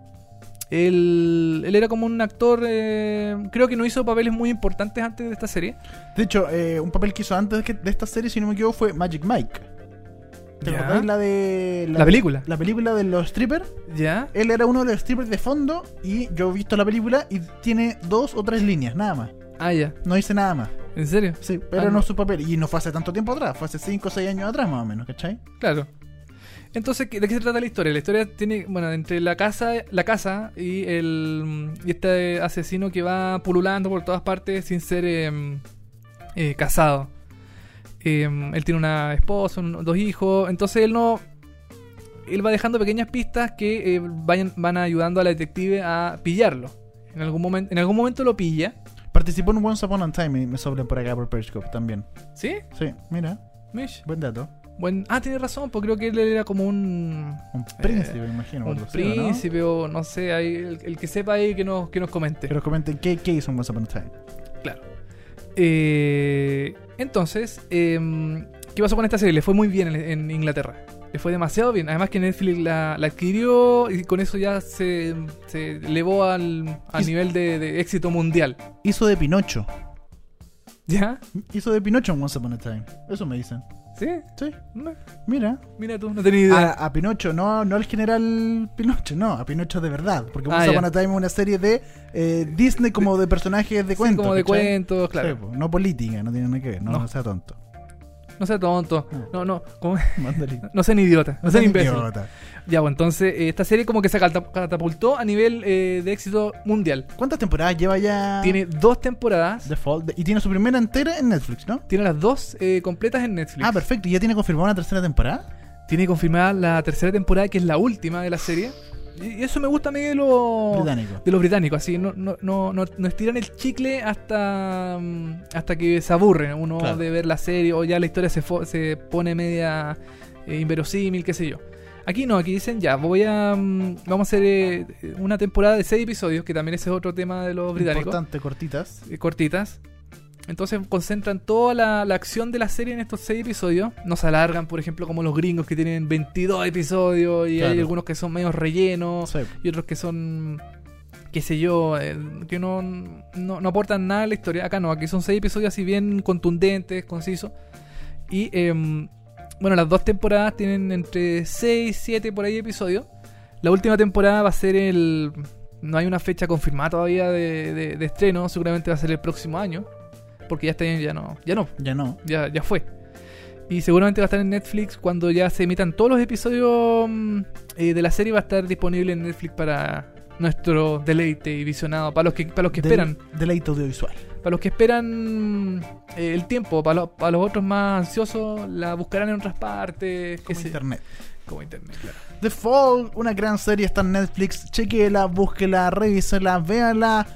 Speaker 2: Él, él era como un actor. eh, creo que no hizo papeles muy importantes antes de esta serie.
Speaker 3: De hecho, eh, un papel que hizo antes de, que- de esta serie, si no me equivoco, fue Magic Mike. ¿Te
Speaker 2: Ya.
Speaker 3: acordás la de.
Speaker 2: La película.
Speaker 3: La película de los strippers.
Speaker 2: ¿Ya?
Speaker 3: Él era uno de los strippers de fondo y yo he visto la película y tiene dos o tres líneas, nada más.
Speaker 2: Ah, ya.
Speaker 3: No dice nada más.
Speaker 2: ¿En serio?
Speaker 3: Sí, pero
Speaker 2: Ah,
Speaker 3: no
Speaker 2: no.
Speaker 3: es su papel. Y no fue hace tanto tiempo atrás, fue hace 5 o 6 años atrás más o menos, ¿cachai?
Speaker 2: Claro. Entonces, ¿qué- ¿de qué se trata la historia? La historia tiene, bueno, entre la casa, la casa y el y este asesino que va pululando por todas partes sin ser em, eh, casado. Em, él tiene una esposa, un- dos hijos, entonces él no, él va dejando pequeñas pistas que eh, vayan, van ayudando a la detective a pillarlo. En algún momento, en algún momento lo pilla,
Speaker 3: Participó en Once Upon a Time y me sobran por acá por Periscope también.
Speaker 2: ¿sí?
Speaker 3: Sí, mira,
Speaker 2: Mish.
Speaker 3: buen dato.
Speaker 2: Buen- ah, tiene razón, porque creo que él era como un
Speaker 3: Un príncipe, me imagino.
Speaker 2: Eh, un
Speaker 3: algo así, ¿o no?
Speaker 2: príncipe o no sé, ahí, el, el que sepa ahí que nos, que nos comente.
Speaker 3: Que nos comenten qué, qué hizo en Once Upon a Time.
Speaker 2: claro. Eh, entonces, em, ¿qué pasó con esta serie? Le fue muy bien en, en Inglaterra. Le fue demasiado bien. Además que Netflix la, la adquirió y con eso ya se, se elevó al, al
Speaker 3: Y-
Speaker 2: nivel de, de éxito mundial.
Speaker 3: Hizo de Pinocho.
Speaker 2: ¿Ya?
Speaker 3: Hizo de Pinocho en Once Upon a Time. Eso me dicen.
Speaker 2: ¿Sí?
Speaker 3: Sí,
Speaker 2: No,
Speaker 3: mira.
Speaker 2: mira tú, no tenía idea.
Speaker 3: A, a Pinocho, no, no al general Pinocho, no, a Pinocho de verdad. Porque
Speaker 2: Ah,
Speaker 3: Once
Speaker 2: ya.
Speaker 3: Upon a Time es una serie de eh, Disney como de personajes de
Speaker 2: Sí,
Speaker 3: cuentos.
Speaker 2: como de
Speaker 3: ¿cachai?
Speaker 2: cuentos, claro.
Speaker 3: Sí, po, no política, no tiene nada que ver, no,
Speaker 2: No.
Speaker 3: no sea tonto.
Speaker 2: No sea tonto. No, no. ¿cómo es?
Speaker 3: Mandarín.
Speaker 2: No sea ni idiota. No sea ni imbécil.
Speaker 3: Idiota.
Speaker 2: Ya, bueno, entonces eh, esta serie como que se catap- catapultó a nivel eh, de éxito mundial.
Speaker 3: ¿Cuántas temporadas lleva ya?
Speaker 2: Tiene dos temporadas.
Speaker 3: The Fall. Y tiene su primera entera en Netflix, ¿no?
Speaker 2: Tiene las dos eh, completas en Netflix.
Speaker 3: Ah, perfecto. ¿Y ya tiene confirmada una tercera temporada?
Speaker 2: Tiene confirmada la tercera temporada, que es la última de la serie. Y y eso me gusta a mí de los
Speaker 3: Británico.
Speaker 2: de los británicos, así no, no, no, no, no estiran el chicle hasta, mm, hasta que se aburren uno
Speaker 3: Claro.
Speaker 2: de ver la serie o ya la historia se, fo- se pone media eh, inverosímil, qué sé yo. Aquí no, aquí dicen ya, voy a mm, vamos a hacer eh, una temporada de seis episodios, que también ese es otro tema de los británicos
Speaker 3: Importante, cortitas.
Speaker 2: eh, cortitas. Entonces concentran toda la, la acción de la serie en estos seis episodios. No se alargan, por ejemplo, como los gringos que tienen 22 episodios y hay
Speaker 3: Claro.
Speaker 2: algunos que son medio rellenos
Speaker 3: Sí.
Speaker 2: y otros que son, qué sé yo, eh, que no, no, no aportan nada a la historia. Acá no, aquí son seis episodios así bien contundentes, concisos. Y em, bueno, las dos temporadas tienen entre 6 7 por ahí episodios. La última temporada va a ser el... No hay una fecha confirmada todavía de, de- de estreno, seguramente va a ser el próximo año. Porque ya está bien, ya no, ya no,
Speaker 3: Ya no.
Speaker 2: ya, ya fue. Y seguramente va a estar en Netflix cuando ya se emitan todos los episodios mm, eh, de la serie, va a estar disponible en Netflix para nuestro deleite y visionado, para los que, para los que
Speaker 3: Del-
Speaker 2: esperan,
Speaker 3: Deleite audiovisual.
Speaker 2: para los que esperan mm, eh, el tiempo, para, lo- para los otros más ansiosos, la buscarán en otras partes, qué
Speaker 3: Como
Speaker 2: sé-
Speaker 3: internet.
Speaker 2: como internet, claro.
Speaker 3: The Fall, una gran serie, está en Netflix. Chequela, búsquela, revísela, véala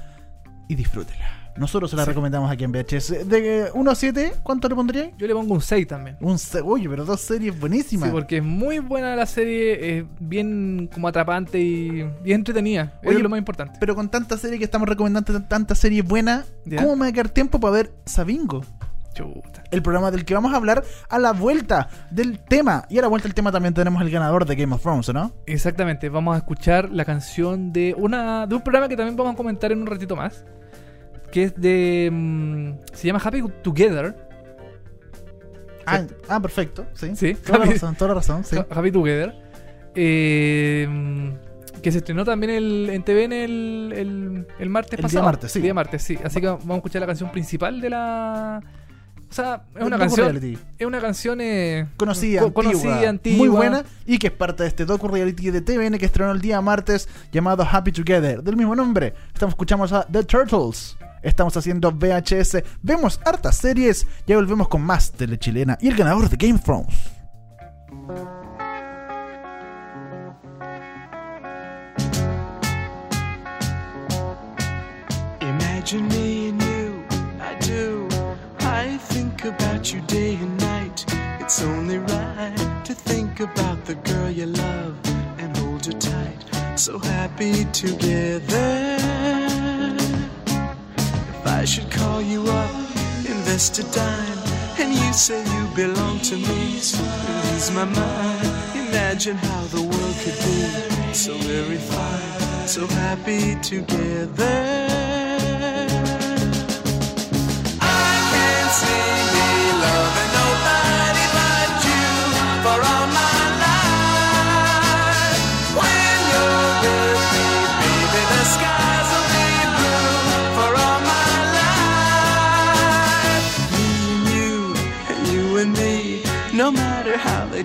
Speaker 3: y disfrútela. Nosotros se la
Speaker 2: Sí.
Speaker 3: recomendamos aquí en VHS. De 1 a 7, ¿cuánto le pondría?
Speaker 2: Yo le pongo un 6 también.
Speaker 3: Un se- Oye, pero dos series
Speaker 2: Sí,
Speaker 3: buenísimas.
Speaker 2: porque es muy buena la serie, es bien como atrapante y, y es entretenida.
Speaker 3: Oye,
Speaker 2: es lo más importante.
Speaker 3: Pero con tanta serie que estamos recomendando, tan- tanta serie buena,
Speaker 2: Ya.
Speaker 3: ¿cómo me va a quedar tiempo para ver Sabingo?
Speaker 2: Chuta.
Speaker 3: El programa del que vamos a hablar a la vuelta del tema. Y a la vuelta del tema también tenemos el ganador de Game of Thrones, ¿o ¿no?
Speaker 2: Exactamente, vamos a escuchar la canción de una de un programa que también vamos a comentar en un ratito más, que es de mm, se llama Happy Together,
Speaker 3: Ah, ah, perfecto. Sí.
Speaker 2: Sí.
Speaker 3: Toda la razón, toda la razón. Sí.
Speaker 2: Ha- Happy Together, eh, mm, que se estrenó también el, en TVN el, el, el martes
Speaker 3: El día
Speaker 2: pasado.
Speaker 3: martes, sí.
Speaker 2: El día martes, sí. Así que vamos a escuchar la canción principal de la, o sea, es una
Speaker 3: Docu
Speaker 2: canción,
Speaker 3: reality.
Speaker 2: es una canción eh,
Speaker 3: conocida,
Speaker 2: co-
Speaker 3: antigua,
Speaker 2: conocida, antigua,
Speaker 3: muy buena y que es parte de este docu reality de TVN que estrenó el día martes llamado Happy Together, del mismo nombre. Estamos escuchamos a The Turtles. Estamos haciendo VHS, vemos hartas series, ya volvemos con más tele chilena y el ganador de Game of Thrones.
Speaker 5: Imagine me and you, I do. I think about you day and night. It's only right to think about the girl you love and hold her tight. So happy together. If I should call you up, invest a dime, and you say you belong to me, so I lose my mind. Imagine how the world could be so very fine, so happy together. I can't see me loving nobody but you for all my life. When you're with me, baby, the skies will be blue for all my life. Me and you, and you and me, no matter how they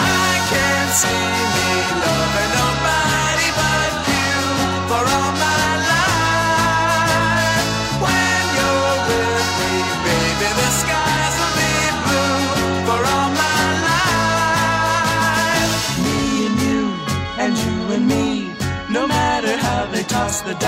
Speaker 5: I can't see me loving nobody but you for all my life. When you're with me, baby, the skies will be blue for all my life. Me and you, and you and me, no matter how they toss the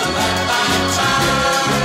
Speaker 5: So happy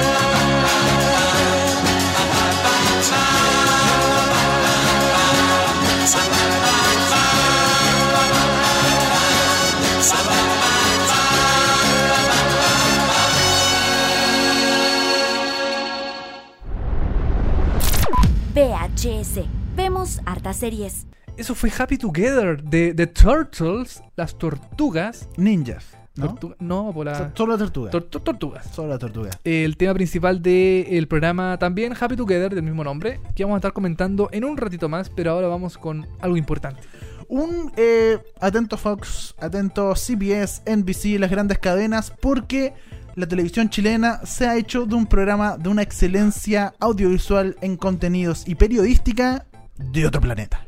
Speaker 1: VHS. Vemos hartas series.
Speaker 2: Eso fue Happy Together de The Turtles, las tortugas.
Speaker 3: Ninjas. ¿no?
Speaker 2: Tortuga- no, por
Speaker 3: O
Speaker 2: la-
Speaker 3: sea, Solo la tortuga.
Speaker 2: tor- tor- tortugas.
Speaker 3: Solo la tortuga.
Speaker 2: el tema principal del programa también, Happy Together, del mismo nombre, que vamos a estar comentando en un ratito más, pero ahora vamos con algo importante.
Speaker 3: un eh, atento Fox, atento CBS, NBC, las grandes cadenas, porque la televisión chilena se ha hecho de un programa de una excelencia audiovisual en contenidos y periodística de otro planeta.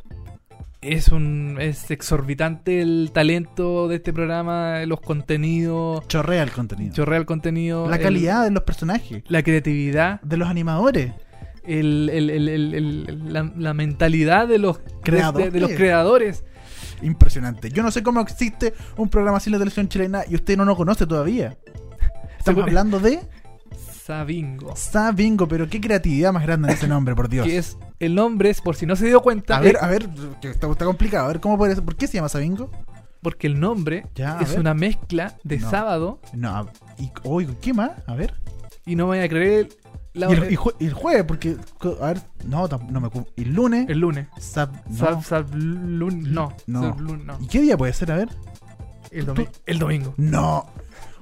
Speaker 2: Es un es exorbitante el talento de este programa, los contenidos,
Speaker 3: Chorrea el contenido.
Speaker 2: chorrea el contenido.
Speaker 3: la
Speaker 2: el-
Speaker 3: calidad de los personajes,
Speaker 2: la creatividad,
Speaker 3: de los animadores.
Speaker 2: el- el- el- el- el- la, la mentalidad de los, de-
Speaker 3: Creadores.
Speaker 2: de- de los creadores.
Speaker 3: Impresionante. Yo no sé cómo existe un programa así en la televisión chilena y usted no lo conoce todavía. Estamos
Speaker 2: Seguro-
Speaker 3: hablando de
Speaker 2: Sabingo.
Speaker 3: Sabingo, pero qué creatividad más grande en ese nombre, por Dios.
Speaker 2: Que es el nombre, es por si no se dio cuenta,
Speaker 3: A ver,
Speaker 2: es
Speaker 3: a ver, que está, está complicado. A ver, ¿cómo puede ser? ¿Por qué se llama Sabingo?
Speaker 2: porque el nombre
Speaker 3: Ya, a
Speaker 2: es
Speaker 3: ver.
Speaker 2: una mezcla de
Speaker 3: No.
Speaker 2: sábado
Speaker 3: No, a- y oigo, ¿qué más? A ver.
Speaker 2: y no me voy a creer la-
Speaker 3: y, el, y jue- y el jueves, porque. co- A ver, no, tam- no me. cu- El lunes.
Speaker 2: el lunes.
Speaker 3: sab- no.
Speaker 2: Sab- sablun- no,
Speaker 3: No.
Speaker 2: sablun- no.
Speaker 3: ¿Y qué día puede ser? A ver.
Speaker 2: El, domi- el domingo.
Speaker 3: No.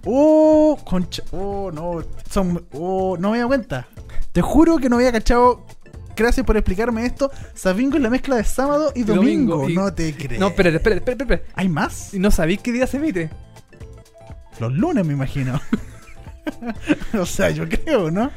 Speaker 3: Oh, concha. Oh, no. Son, oh, no me había cuenta. Te juro que no había cachado. Gracias por explicarme esto. Sabingo es la mezcla de sábado y domingo.
Speaker 2: domingo, y-
Speaker 3: No te crees.
Speaker 2: No, espérate, espérate, espérate, espérate.
Speaker 3: ¿Hay más?
Speaker 2: ¿Y no sabéis qué día se emite?
Speaker 3: Los lunes, me imagino. o sea, yo creo, ¿no?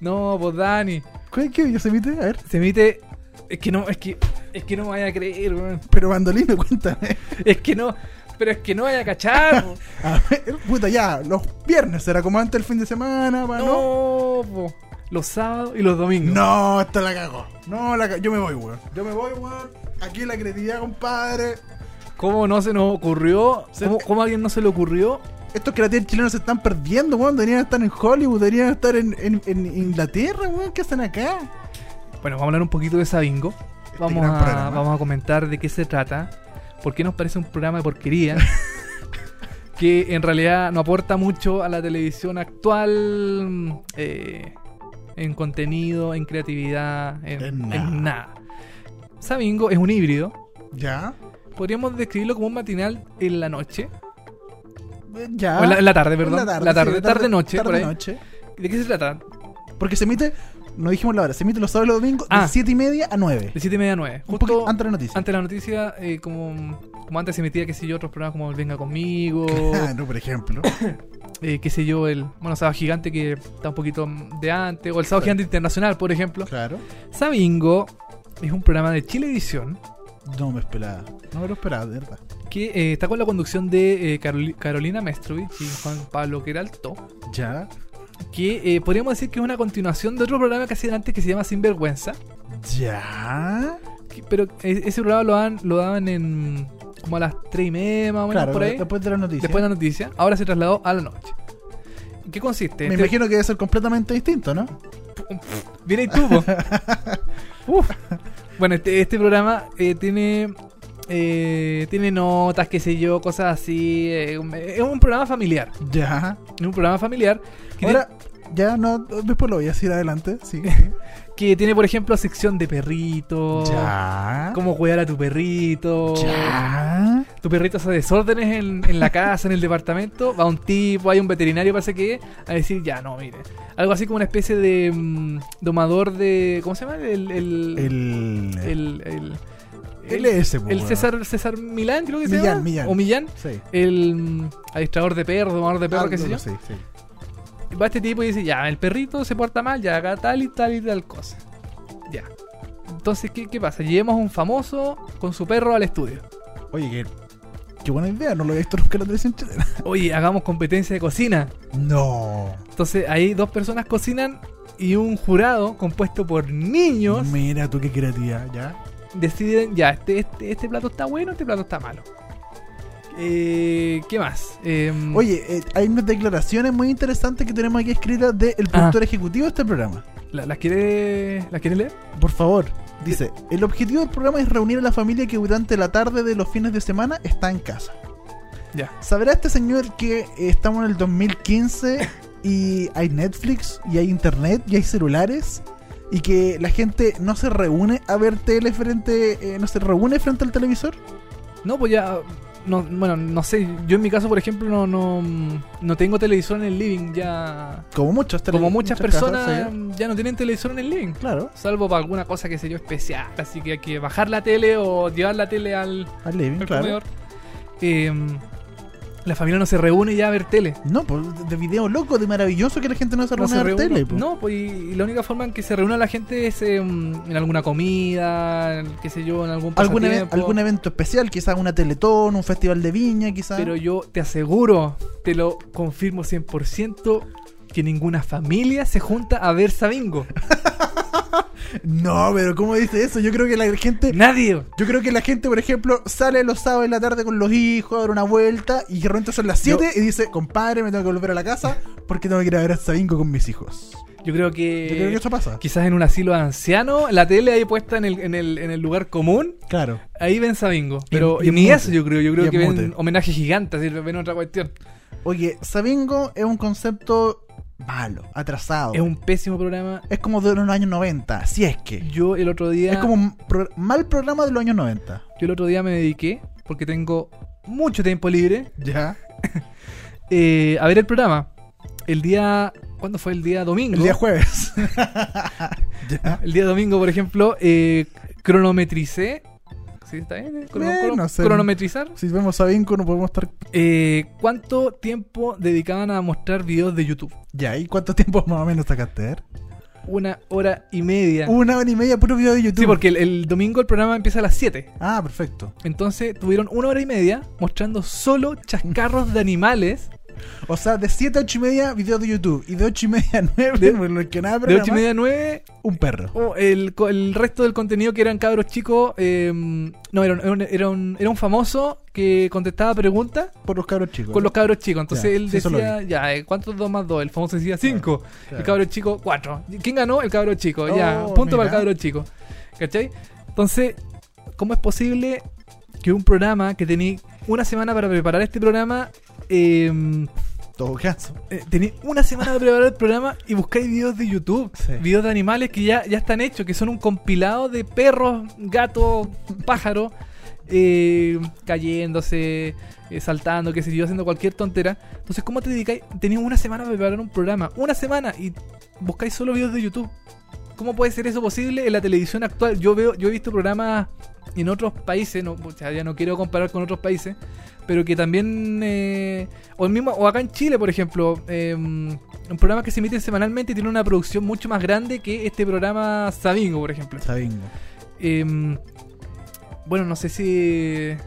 Speaker 2: No, pues Dani.
Speaker 3: ¿Cuál- ¿Qué día se emite? A ver.
Speaker 2: Se emite. Es que no, es que. Es que no me vaya a creer, weón.
Speaker 3: Pero Bandolino, cuéntame.
Speaker 2: Es que no. Pero es que no vaya a cachar. po.
Speaker 3: A ver, puta, ya, los viernes será como antes el fin de semana, pa, ¿no?
Speaker 2: no, po. Los sábados y los domingos.
Speaker 3: No, esto la cagó. No, la ca- yo me voy, weón. Yo me voy, weón. Aquí la creatividad, compadre.
Speaker 2: ¿Cómo no se nos ocurrió?
Speaker 3: Se-
Speaker 2: ¿Cómo, cómo a alguien no se le ocurrió?
Speaker 3: Estos creativos chilenos se están perdiendo, weón. Deberían estar en Hollywood, deberían estar en, en- en Inglaterra, weón. ¿Qué hacen acá?
Speaker 2: Bueno, vamos a hablar un poquito de Sabingo. Vamos
Speaker 3: Este gran
Speaker 2: a,
Speaker 3: programa.
Speaker 2: vamos a comentar de qué se trata. Por qué nos parece un programa de porquería. que en realidad no aporta mucho a la televisión actual. mm, eh, en contenido, en creatividad, en,
Speaker 3: En
Speaker 2: en nada.
Speaker 3: nada.
Speaker 2: Sabingo es un híbrido.
Speaker 3: Ya,
Speaker 2: Podríamos describirlo como un matinal en la noche.
Speaker 3: eh, ya.
Speaker 2: O en la, en la tarde,
Speaker 3: En
Speaker 2: perdón. La tarde, tarde,
Speaker 3: sí,
Speaker 2: noche. por ahí.
Speaker 3: noche.
Speaker 2: ¿De qué se trata?
Speaker 3: Porque se emite, no dijimos la hora, se emite los sábados y los domingos
Speaker 2: Ah.
Speaker 3: de 7 y media a 9.
Speaker 2: De 7 y media a 9.
Speaker 3: Un
Speaker 2: Justo
Speaker 3: poquito antes de la noticia.
Speaker 2: Antes la noticia, eh, como, como antes se metía, qué sé yo, otros programas como el Venga Conmigo,
Speaker 3: Ah, no, por ejemplo.
Speaker 2: eh, qué sé yo, el bueno, Sábado Gigante que está un poquito de antes, o el Sábado Gigante Internacional, por ejemplo.
Speaker 3: claro.
Speaker 2: Sabingo es un programa de Chilevisión
Speaker 3: No me esperaba. No me lo esperaba, de verdad.
Speaker 2: que eh, está con la conducción de eh, Caroli- Carolina Mestrovich y Juan Pablo Queralto,
Speaker 3: Ya.
Speaker 2: que eh, podríamos decir que es una continuación de otro programa que hacían antes que se llama Sinvergüenza,
Speaker 3: Ya.
Speaker 2: que- pero eh, ese programa lo, dan- lo daban en como a las 3 y media más o menos
Speaker 3: Claro,
Speaker 2: por ahí.
Speaker 3: después de la noticia.
Speaker 2: Después de la noticia, ahora se trasladó a la noche. ¿En ¿Qué consiste?
Speaker 3: Me
Speaker 2: Este-
Speaker 3: imagino que debe ser completamente distinto, ¿no?
Speaker 2: Viene y tú, po. Uf. Bueno, este, este programa eh, tiene eh, tiene notas, qué sé yo, cosas así. eh, un- es un programa familiar.
Speaker 3: Ya.
Speaker 2: Es un programa familiar que,
Speaker 3: Ahora, ya, no, después lo voy a decir adelante, sí.
Speaker 2: tiene, que tiene, por ejemplo, sección de
Speaker 3: Oh.
Speaker 2: perritos.
Speaker 3: ya.
Speaker 2: Cómo cuidar a tu perrito.
Speaker 3: Ya.
Speaker 2: Tu perrito hace desórdenes en, en la casa, en el departamento. Va un tipo, hay un veterinario, parece que es, a decir, ya, no, mire. Algo así como una especie de mm, domador de. ¿Cómo se llama? El. El.
Speaker 3: El.
Speaker 2: el, el-
Speaker 3: Él es ese,
Speaker 2: el
Speaker 3: weón.
Speaker 2: César, César Milán, creo que se
Speaker 3: Millán,
Speaker 2: llama.
Speaker 3: Millán.
Speaker 2: O Millán.
Speaker 3: Sí.
Speaker 2: El mm, adiestrador de perros, domador de perros, qué sé
Speaker 3: Algo
Speaker 2: yo.
Speaker 3: así, sí.
Speaker 2: Va este tipo y dice, ya, el perrito se porta mal, ya haga tal y tal y tal cosa. Ya. Entonces, ¿qué, qué pasa? Llevemos a un famoso con su perro al estudio.
Speaker 3: Oye, qué, qué buena idea, no lo había visto nunca en la televisión chilena.
Speaker 2: Oye, hagamos competencia de cocina.
Speaker 3: No.
Speaker 2: Entonces, ahí dos personas cocinan y un jurado compuesto por niños
Speaker 3: Mira tú qué creatividad, ¿ya?
Speaker 2: deciden, ya, este, este, este plato está bueno, este plato está malo. Eh, ¿Qué más? Em,
Speaker 3: Oye, eh, hay unas declaraciones muy interesantes que tenemos aquí escritas del productor ejecutivo de este programa.
Speaker 2: ¿la- ¿las quiere, ¿las quiere leer?
Speaker 3: Por favor, dice, el objetivo del programa es reunir a la familia que durante la tarde de los fines de semana está en casa.
Speaker 2: Ya.
Speaker 3: ¿Sabrá este señor que eh, estamos en el 2015 y hay Netflix y hay internet y hay celulares y que la gente no se reúne a ver tele frente, eh, no se reúne frente al televisor?
Speaker 2: No, pues ya. No, bueno, no sé. Yo en mi caso, por ejemplo, no, no, no tengo televisor en el living. Ya.
Speaker 3: Como muchos tele-
Speaker 2: Como muchas
Speaker 3: casas,
Speaker 2: personas
Speaker 3: sí.
Speaker 2: ya no tienen televisor en el living.
Speaker 3: Claro,
Speaker 2: Salvo para alguna cosa que sé yo especial. Así que hay que bajar la tele o llevar la tele al,
Speaker 3: al living,
Speaker 2: al
Speaker 3: claro.
Speaker 2: comedor. Eh, la familia no se reúne ya a ver tele.
Speaker 3: No, pues de video loco, de maravilloso que la gente no se
Speaker 2: No,
Speaker 3: reúne
Speaker 2: se
Speaker 3: a ver
Speaker 2: reúne.
Speaker 3: tele. po.
Speaker 2: No, pues y, y la única forma en que se reúna la gente es eh, en alguna comida, en- qué sé yo, en algún
Speaker 3: algún, even-
Speaker 2: pasatiempo.
Speaker 3: algún evento especial, quizás una teletón, un festival de viña, quizás.
Speaker 2: Pero yo te aseguro, te lo confirmo 100%, que ninguna familia se junta a ver Sabingo.
Speaker 3: No, pero ¿cómo dice eso? Yo creo que la gente.
Speaker 2: Nadie.
Speaker 3: Yo creo que la gente, por ejemplo, sale los sábados en la tarde con los hijos a dar una vuelta y de repente son las 7 y dice, compadre, me tengo que volver a la casa porque tengo que ir a ver a Sabinco con mis hijos.
Speaker 2: Yo creo que,
Speaker 3: Yo creo Eh, que eso pasa.
Speaker 2: quizás en un asilo de ancianos, la tele ahí puesta en el, en el, en el lugar común,
Speaker 3: Claro.
Speaker 2: ahí ven Sabingo. Pero
Speaker 3: y es
Speaker 2: ni
Speaker 3: mute.
Speaker 2: eso yo creo, yo
Speaker 3: Y
Speaker 2: creo
Speaker 3: es
Speaker 2: que ven
Speaker 3: mute.
Speaker 2: homenaje gigante, así, ven otra cuestión.
Speaker 3: Oye, Sabingo es un concepto malo, atrasado.
Speaker 2: Es un pésimo programa.
Speaker 3: Es como de los años 90, si es que.
Speaker 2: Yo el otro día...
Speaker 3: Es como un pro- mal programa de los años 90.
Speaker 2: Yo el otro día me dediqué, porque tengo mucho tiempo libre,
Speaker 3: Ya.
Speaker 2: eh, a ver el programa. El día... ¿Cuándo fue? El día domingo.
Speaker 3: El día jueves. Oh. ya.
Speaker 2: El día domingo, por ejemplo, eh, cronometricé. ¿Sí está bien? eh? Crono-
Speaker 3: Eh,
Speaker 2: crono-
Speaker 3: no sé.
Speaker 2: Cronometrizar.
Speaker 3: Si vemos Sabinco no podemos estar...
Speaker 2: Eh, ¿Cuánto tiempo dedicaban a mostrar videos de YouTube?
Speaker 3: Ya, ¿y cuánto tiempo más o menos sacaste? eh?
Speaker 2: Una hora y media.
Speaker 3: Una hora y media puro video de YouTube.
Speaker 2: Sí, porque el, el domingo el programa empieza a las 7.
Speaker 3: Ah, perfecto.
Speaker 2: Entonces tuvieron una hora y media mostrando solo chascarros de animales.
Speaker 3: O sea, de 7 a 8 y media, videos de YouTube. Y de 8 y media a 9,
Speaker 2: De-
Speaker 3: que nada,
Speaker 2: De 8 y
Speaker 3: programa,
Speaker 2: media a 9,
Speaker 3: un perro.
Speaker 2: Oh, el, co- el resto del contenido que eran cabros chicos, eh, no, era un, era un- era, un, era un famoso que contestaba preguntas
Speaker 3: Por los cabros chicos.
Speaker 2: con los cabros chicos. Entonces
Speaker 3: Ya,
Speaker 2: él
Speaker 3: sí, eso lo
Speaker 2: decía, ya, eh, ¿cuántos dos más dos? El famoso decía cinco.
Speaker 3: Claro.
Speaker 2: El cabro chico, cuatro. ¿Quién ganó? El cabro chico. ya,
Speaker 3: Oh,
Speaker 2: punto para el
Speaker 3: mira.
Speaker 2: cabro chico. ¿Cachai? Entonces, ¿cómo es posible que un programa que tenía una semana para preparar este programa, eh,
Speaker 3: Todo caso.
Speaker 2: eh, tenía una semana para preparar el programa y buscáis videos de YouTube?
Speaker 3: Sí.
Speaker 2: Videos de animales que ya, ya están hechos, que son un compilado de perros, gatos, pájaros, eh, cayéndose, eh, saltando, qué sé yo, haciendo cualquier tontera. Entonces, ¿cómo te dedicáis? Tenéis una semana para preparar un programa, una semana, y buscáis solo videos de YouTube. ¿Cómo puede ser eso posible en la televisión actual? Yo veo, yo he visto programas en otros países, no, o sea, ya no quiero comparar con otros países, pero que también, eh, o el mismo, o acá en Chile, por ejemplo, eh, un programa que se emite semanalmente y tiene una producción mucho más grande que este programa Sabingo, por ejemplo.
Speaker 3: Sabingo.
Speaker 2: Eh, bueno, no sé si eh,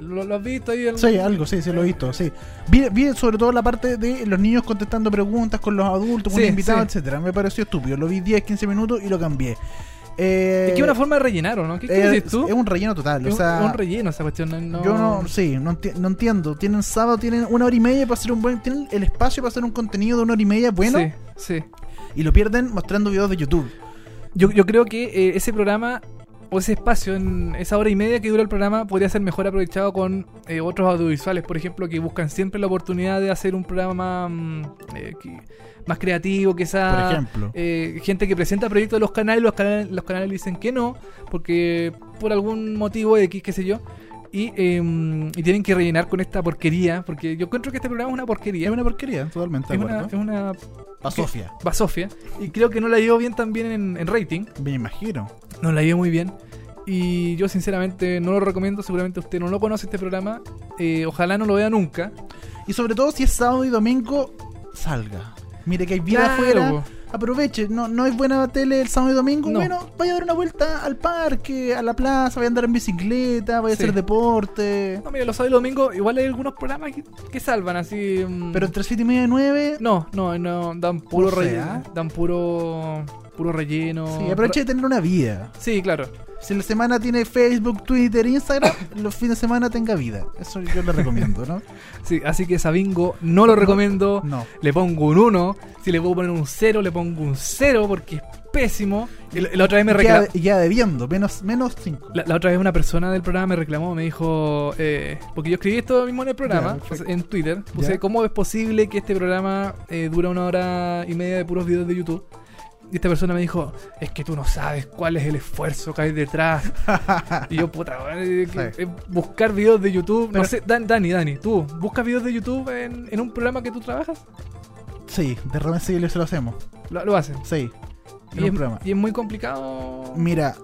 Speaker 2: lo, lo has visto ahí. el-
Speaker 3: Sí, eh, algo, sí, sí, lo he visto, sí. Vi, vi sobre todo la parte de los niños contestando preguntas con los adultos, con
Speaker 2: Sí,
Speaker 3: los invitados,
Speaker 2: sí.
Speaker 3: etcétera. Me pareció estúpido. Lo vi 10, 15 minutos y lo cambié. Eh,
Speaker 2: Es que es una forma de rellenar, ¿o no? ¿Qué
Speaker 3: eh,
Speaker 2: quieres decir tú?
Speaker 3: Es un relleno total.
Speaker 2: Es
Speaker 3: o
Speaker 2: un-
Speaker 3: sea,
Speaker 2: es un relleno esa cuestión. No,
Speaker 3: Yo no, sí, no, enti- no entiendo. Tienen sábado, tienen una hora y media para hacer un buen. Tienen el espacio para hacer un contenido de una hora y media bueno
Speaker 2: Sí, sí.
Speaker 3: y lo pierden mostrando videos de YouTube.
Speaker 2: Yo, yo creo que eh, ese programa o ese espacio, en esa hora y media que dura el programa, podría ser mejor aprovechado con eh, otros audiovisuales, por ejemplo, que buscan siempre la oportunidad de hacer un programa mm, eh, que- más creativo, que sea...
Speaker 3: Por ejemplo.
Speaker 2: eh, gente que presenta proyectos de los canales, los canales, los canales dicen que no, porque por algún motivo X, qué sé yo, y, em, y tienen que rellenar con esta porquería, porque yo encuentro que este programa es una porquería.
Speaker 3: Es una porquería, totalmente.
Speaker 2: es
Speaker 3: de
Speaker 2: una, es
Speaker 3: acuerdo.
Speaker 2: una
Speaker 3: Pa' Sofía,
Speaker 2: basofia, y creo que no la llevo bien también en, en rating.
Speaker 3: me imagino.
Speaker 2: Nos la llevo muy bien. Y yo sinceramente no lo recomiendo, seguramente usted no lo conoce este programa. eh, ojalá no lo vea nunca.
Speaker 3: Y sobre todo si es sábado y domingo, salga. Mire que hay vida
Speaker 2: Claro,
Speaker 3: afuera.
Speaker 2: po.
Speaker 3: aproveche. No, no es buena tele el sábado y domingo.
Speaker 2: No.
Speaker 3: Bueno, vaya a dar una vuelta al parque, a la plaza, vaya a andar en bicicleta, vaya
Speaker 2: Sí.
Speaker 3: a hacer deporte.
Speaker 2: No, mira, los sábados y los domingos igual hay algunos programas que, que salvan, así. mm,
Speaker 3: Pero entre 7 y media y 9.
Speaker 2: No, no, no, dan puro
Speaker 3: No sé,
Speaker 2: relleno.
Speaker 3: ¿ah?
Speaker 2: Dan puro. puro relleno.
Speaker 3: Sí, aproveche de tener una vida.
Speaker 2: Ra- Sí, claro.
Speaker 3: Si la semana tiene Facebook, Twitter, Instagram, los fines de semana tenga vida. Eso yo le recomiendo, ¿no?
Speaker 2: Sí, así que esa bingo no lo recomiendo.
Speaker 3: No.
Speaker 2: Le pongo un 1. Si le puedo poner un 0, le pongo un 0 porque es pésimo. Y la la otra vez me
Speaker 3: Y
Speaker 2: reclamó.
Speaker 3: queda, y queda debiendo, menos, menos 5.
Speaker 2: La, la otra vez una persona del programa me reclamó, me dijo, eh, porque yo escribí esto mismo en el
Speaker 3: Ya,
Speaker 2: programa,
Speaker 3: perfecto.
Speaker 2: en Twitter, puse
Speaker 3: Ya.
Speaker 2: cómo es posible que este programa eh, dura una hora y media de puros videos de YouTube. Y esta persona me dijo, es que tú no sabes cuál es el esfuerzo que hay detrás. y yo, puta, weón, eh, que-
Speaker 3: Sí.
Speaker 2: eh, buscar videos de YouTube.
Speaker 3: Pero-
Speaker 2: no sé, Dan- Dani, Dani, tú, ¿buscas videos de YouTube en, en un programa que tú trabajas?
Speaker 3: Sí, de repente sí se lo hacemos.
Speaker 2: Lo, lo hacen.
Speaker 3: Sí, en
Speaker 2: Y
Speaker 3: un
Speaker 2: es,
Speaker 3: programa.
Speaker 2: y es muy complicado.
Speaker 3: Mira,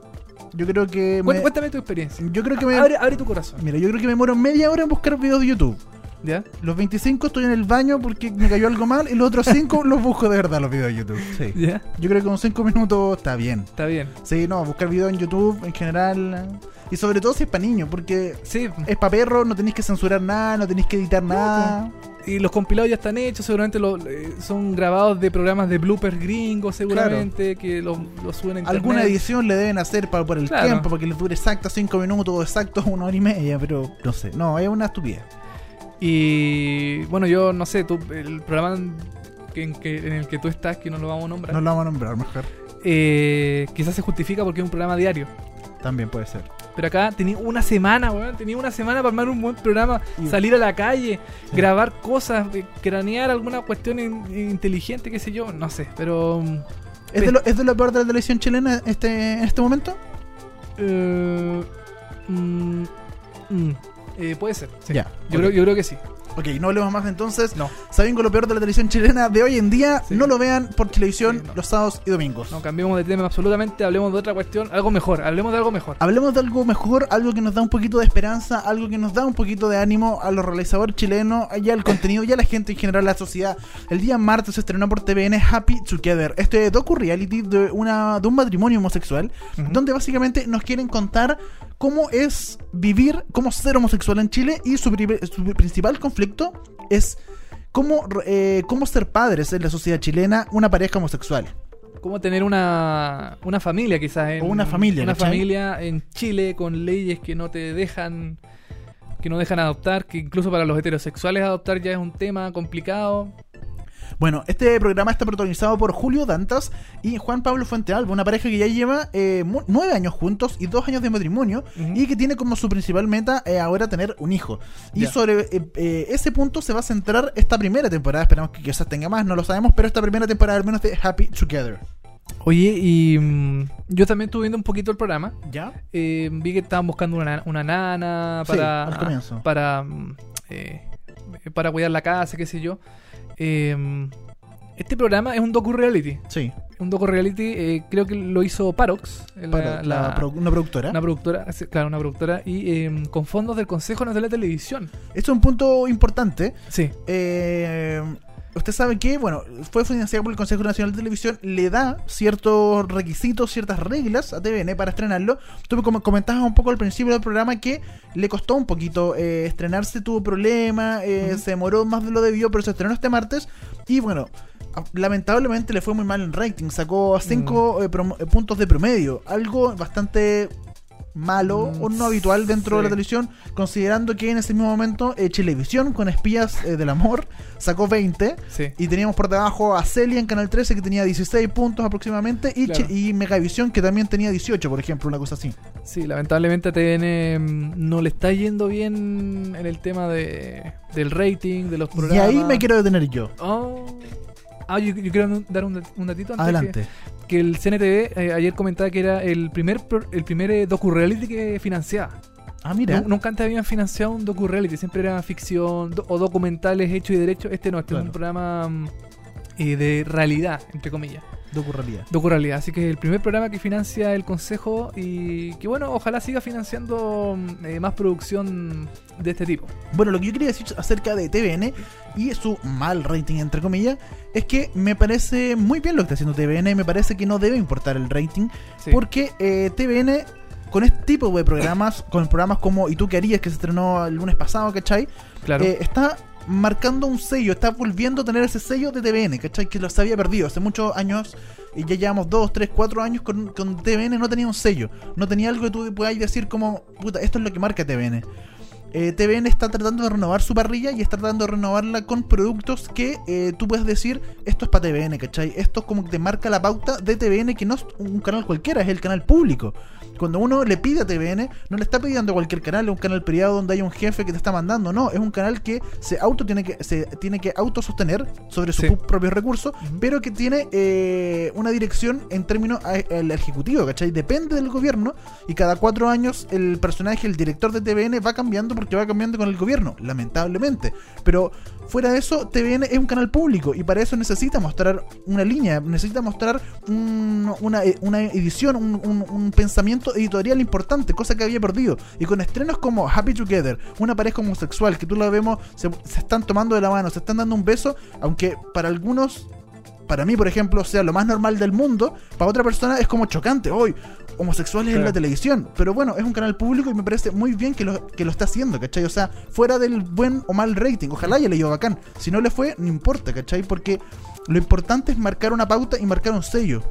Speaker 3: yo creo que.
Speaker 2: Cué-
Speaker 3: me-
Speaker 2: Cuéntame tu experiencia.
Speaker 3: yo creo que me.
Speaker 2: Abre, abre tu corazón.
Speaker 3: Mira, yo creo que me demoro media hora en buscar videos de YouTube.
Speaker 2: ¿Ya?
Speaker 3: Los 25 estoy en el baño porque me cayó algo mal y los otros 5 los busco de verdad los videos de YouTube. Sí.
Speaker 2: ¿Ya?
Speaker 3: Yo creo que con 5 minutos está bien.
Speaker 2: Está bien.
Speaker 3: Sí, no, buscar videos en YouTube en general. Y sobre todo si es para niños, porque
Speaker 2: Sí,
Speaker 3: es para perros, no tenéis que censurar nada, no tenéis que editar nada.
Speaker 2: Y los compilados ya están hechos, seguramente lo- eh, son grabados de programas de bloopers gringos, seguramente, que los lo suben en
Speaker 3: Alguna
Speaker 2: internet.
Speaker 3: edición le deben hacer para, por el
Speaker 2: Claro.
Speaker 3: tiempo, para que les dure exacto 5 minutos o exacto una hora y media, pero no sé. No, es una estupidez.
Speaker 2: Y bueno, yo no sé, tú, el programa en que, en que- en el que tú estás, que no lo vamos a nombrar,
Speaker 3: No lo vamos a nombrar mejor.
Speaker 2: eh, quizás se justifica porque es un programa diario.
Speaker 3: También puede ser.
Speaker 2: Pero acá tenía una semana, weón, tenía una semana para armar un buen programa,
Speaker 3: Y-
Speaker 2: salir a la calle,
Speaker 3: Sí.
Speaker 2: grabar cosas, eh, cranear alguna cuestión in- inteligente, qué sé yo, no sé, pero... mm,
Speaker 3: ¿Es de, lo, ¿Es de lo peor de la televisión chilena este, en este momento?
Speaker 2: Eh, mm, mm, eh, puede ser. sí.
Speaker 3: Ya,
Speaker 2: Yo,
Speaker 3: ok.
Speaker 2: creo, yo creo que sí.
Speaker 3: Ok, no hablemos más entonces.
Speaker 2: No.
Speaker 3: Saben con lo peor de la televisión chilena de hoy en día,
Speaker 2: Sí.
Speaker 3: no lo vean por televisión
Speaker 2: Sí, no.
Speaker 3: los sábados y domingos.
Speaker 2: No cambiemos de tema absolutamente, hablemos de otra cuestión, algo mejor, hablemos de algo mejor.
Speaker 3: Hablemos de algo mejor, algo que nos da un poquito de esperanza, algo que nos da un poquito de ánimo a los realizadores chilenos, y al contenido y a la gente en general, a la sociedad. El día martes se estrenó por TVN Happy Together, este docu-reality de, una, de un matrimonio homosexual,
Speaker 2: Ujú.
Speaker 3: donde básicamente nos quieren contar cómo es vivir, cómo ser homosexual en Chile y su, pri- su principal conflicto es cómo, eh, cómo ser padres en la sociedad chilena una pareja homosexual.
Speaker 2: Cómo tener una, una familia quizás. En,
Speaker 3: O una familia,
Speaker 2: Una
Speaker 3: ¿cachai?
Speaker 2: familia en Chile con leyes que no te dejan que no dejan adoptar, que incluso para los heterosexuales adoptar ya es un tema complicado.
Speaker 3: Bueno, este programa está protagonizado por Julio Dantas y Juan Pablo Fuentealba, una pareja que ya lleva eh, mu- nueve años juntos y dos años de matrimonio
Speaker 2: Ujú.
Speaker 3: y que tiene como su principal meta eh, ahora tener un hijo. Y
Speaker 2: Ya.
Speaker 3: sobre eh, eh, ese punto se va a centrar esta primera temporada, esperamos que quizás tenga más, no lo sabemos, pero esta primera temporada al menos de Happy Together.
Speaker 2: Oye, y mm, yo también estuve viendo un poquito el programa.
Speaker 3: ¿Ya?
Speaker 2: Eh, vi que estaban buscando una, na- una nana
Speaker 3: Sí,
Speaker 2: para ah,
Speaker 3: al comienzo.
Speaker 2: para mm, eh, para cuidar la casa qué sé yo Eh, este programa es un docu reality
Speaker 3: Sí,
Speaker 2: un docu reality creo que lo hizo Parox la,
Speaker 3: para la,
Speaker 2: la-
Speaker 3: pro- una productora.
Speaker 2: una productora ah, sí, claro una productora y eh, con fondos del Consejo Nacional de la Televisión
Speaker 3: Esto es un punto importante.
Speaker 2: sí
Speaker 3: Eh, usted sabe que, bueno, fue financiado por el Consejo Nacional de Televisión, le da ciertos requisitos, ciertas reglas a TVN para estrenarlo. Tú me com- comentabas un poco al principio del programa que le costó un poquito eh, estrenarse, tuvo problemas, eh, se demoró más de lo debido, pero se estrenó este martes y bueno. a- Lamentablemente le fue muy mal en rating, sacó 5 eh, puntos de promedio, algo bastante malo
Speaker 2: Mm,
Speaker 3: o no habitual dentro de la
Speaker 2: sí.
Speaker 3: televisión, considerando que en ese mismo momento eh, Chilevisión con Espías eh, del Amor sacó 20
Speaker 2: sí
Speaker 3: y teníamos por debajo a Celia en Canal 13 que tenía 16 puntos aproximadamente y,
Speaker 2: Claro.
Speaker 3: Chi- y Megavisión que también tenía 18, por ejemplo, una cosa así.
Speaker 2: Sí, lamentablemente a TN mm, no le está yendo bien en el tema de, del rating, de los programas.
Speaker 3: Y ahí me quiero detener yo.
Speaker 2: Oh. Ah, yo, yo quiero dar un, un datito antes. que-
Speaker 3: Adelante.
Speaker 2: que el CNTV eh, ayer comentaba que era el primer pro- el primer eh, docu-reality que financiaba.
Speaker 3: Ah, mira.
Speaker 2: Nu- nunca antes habían financiado un docu-reality, siempre era ficción do- o documentales hechos y derechos. Este no, este es
Speaker 3: Claro.
Speaker 2: un programa mm, eh, de realidad, entre comillas.
Speaker 3: Docurralidad.
Speaker 2: Docuralidad. Así que el primer programa que financia el Consejo y que bueno, ojalá siga financiando mm, eh, más producción de este tipo.
Speaker 3: Bueno, lo que yo quería decir acerca de TVN y su mal rating, entre comillas, es que me parece muy bien lo que está haciendo TVN. Me parece que no debe importar el rating.
Speaker 2: Sí.
Speaker 3: Porque eh, TVN, con este tipo de programas, con programas como ¿Y tú qué harías? que se estrenó el lunes pasado, ¿cachai?
Speaker 2: Claro.
Speaker 3: Eh, está marcando un sello, está volviendo a tener ese sello de TVN, ¿cachai? Que los había perdido hace muchos años, y ya llevamos 2, 3, 4 años con, con TVN, no tenía un sello, no tenía algo que tú puedas decir como, puta, esto es lo que marca TVN. Eh, TVN está tratando de renovar su parrilla y está tratando de renovarla con productos que eh, tú puedes decir, esto es para TVN, ¿cachai? Esto es como que te marca la pauta de TVN, que no es un canal cualquiera, es el canal público. Cuando uno le pide a TVN, no le está pidiendo a cualquier canal, es un canal privado donde hay un jefe que te está mandando, no, es un canal que se auto tiene que, se tiene que autosostener sobre sus
Speaker 2: Sí.
Speaker 3: pu- propios recursos, pero que tiene eh, una dirección en términos a- al ejecutivo, ¿cachai? Depende del gobierno y cada cuatro años el personaje, el director de TVN va cambiando porque va cambiando con el gobierno, lamentablemente. Pero fuera de eso, TVN es un canal público y para eso necesita mostrar una línea, necesita mostrar un- una, eh, una edición, un, un- un pensamiento editorial importante, cosa que había perdido. Y con estrenos como Happy Together, una pareja homosexual, que tú la vemos, se, se están tomando de la mano, se están dando un beso, aunque para algunos para mí, por ejemplo, sea lo más normal del mundo, para otra persona es como chocante. Hoy, homosexuales en
Speaker 2: Claro.
Speaker 3: la televisión. Pero bueno, es un canal público y me parece muy bien que lo, que lo está haciendo, ¿cachai? O sea, fuera del buen o mal rating. Ojalá ya le dio bacán. Si no le fue, no importa, ¿cachai? Porque lo importante es marcar una pauta y marcar un sello.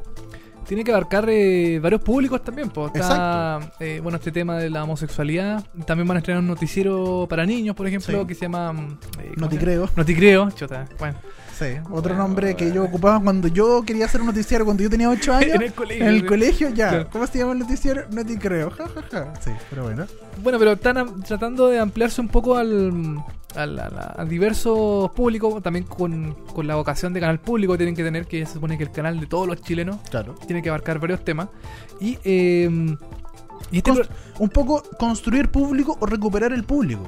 Speaker 2: Tiene que abarcar eh, varios públicos también. Pues. Está, eh, bueno, este tema de la homosexualidad. También van a estrenar un noticiero para niños, por ejemplo,
Speaker 3: Sí.
Speaker 2: que se llama... mm, eh, ¿cómo se
Speaker 3: Noticreo.
Speaker 2: llama? Noticreo, chota. Bueno.
Speaker 3: Sí, otro
Speaker 2: Bueno,
Speaker 3: nombre que
Speaker 2: bueno.
Speaker 3: yo ocupaba cuando yo quería hacer un noticiero cuando yo tenía 8 años.
Speaker 2: En el colegio,
Speaker 3: En el
Speaker 2: sí.
Speaker 3: colegio, ya.
Speaker 2: Claro.
Speaker 3: ¿Cómo se llama el noticiero? No te creo. Ja, ja, ja. Sí, pero bueno.
Speaker 2: Bueno, pero están am- tratando de ampliarse un poco al, al- al- a diversos públicos, también con, con la vocación de canal público que tienen que tener, que se supone que el canal de todos los chilenos
Speaker 3: Claro.
Speaker 2: tiene que abarcar varios temas. Y, eh, y este
Speaker 3: Const-
Speaker 2: pro-
Speaker 3: un poco construir público o recuperar el público.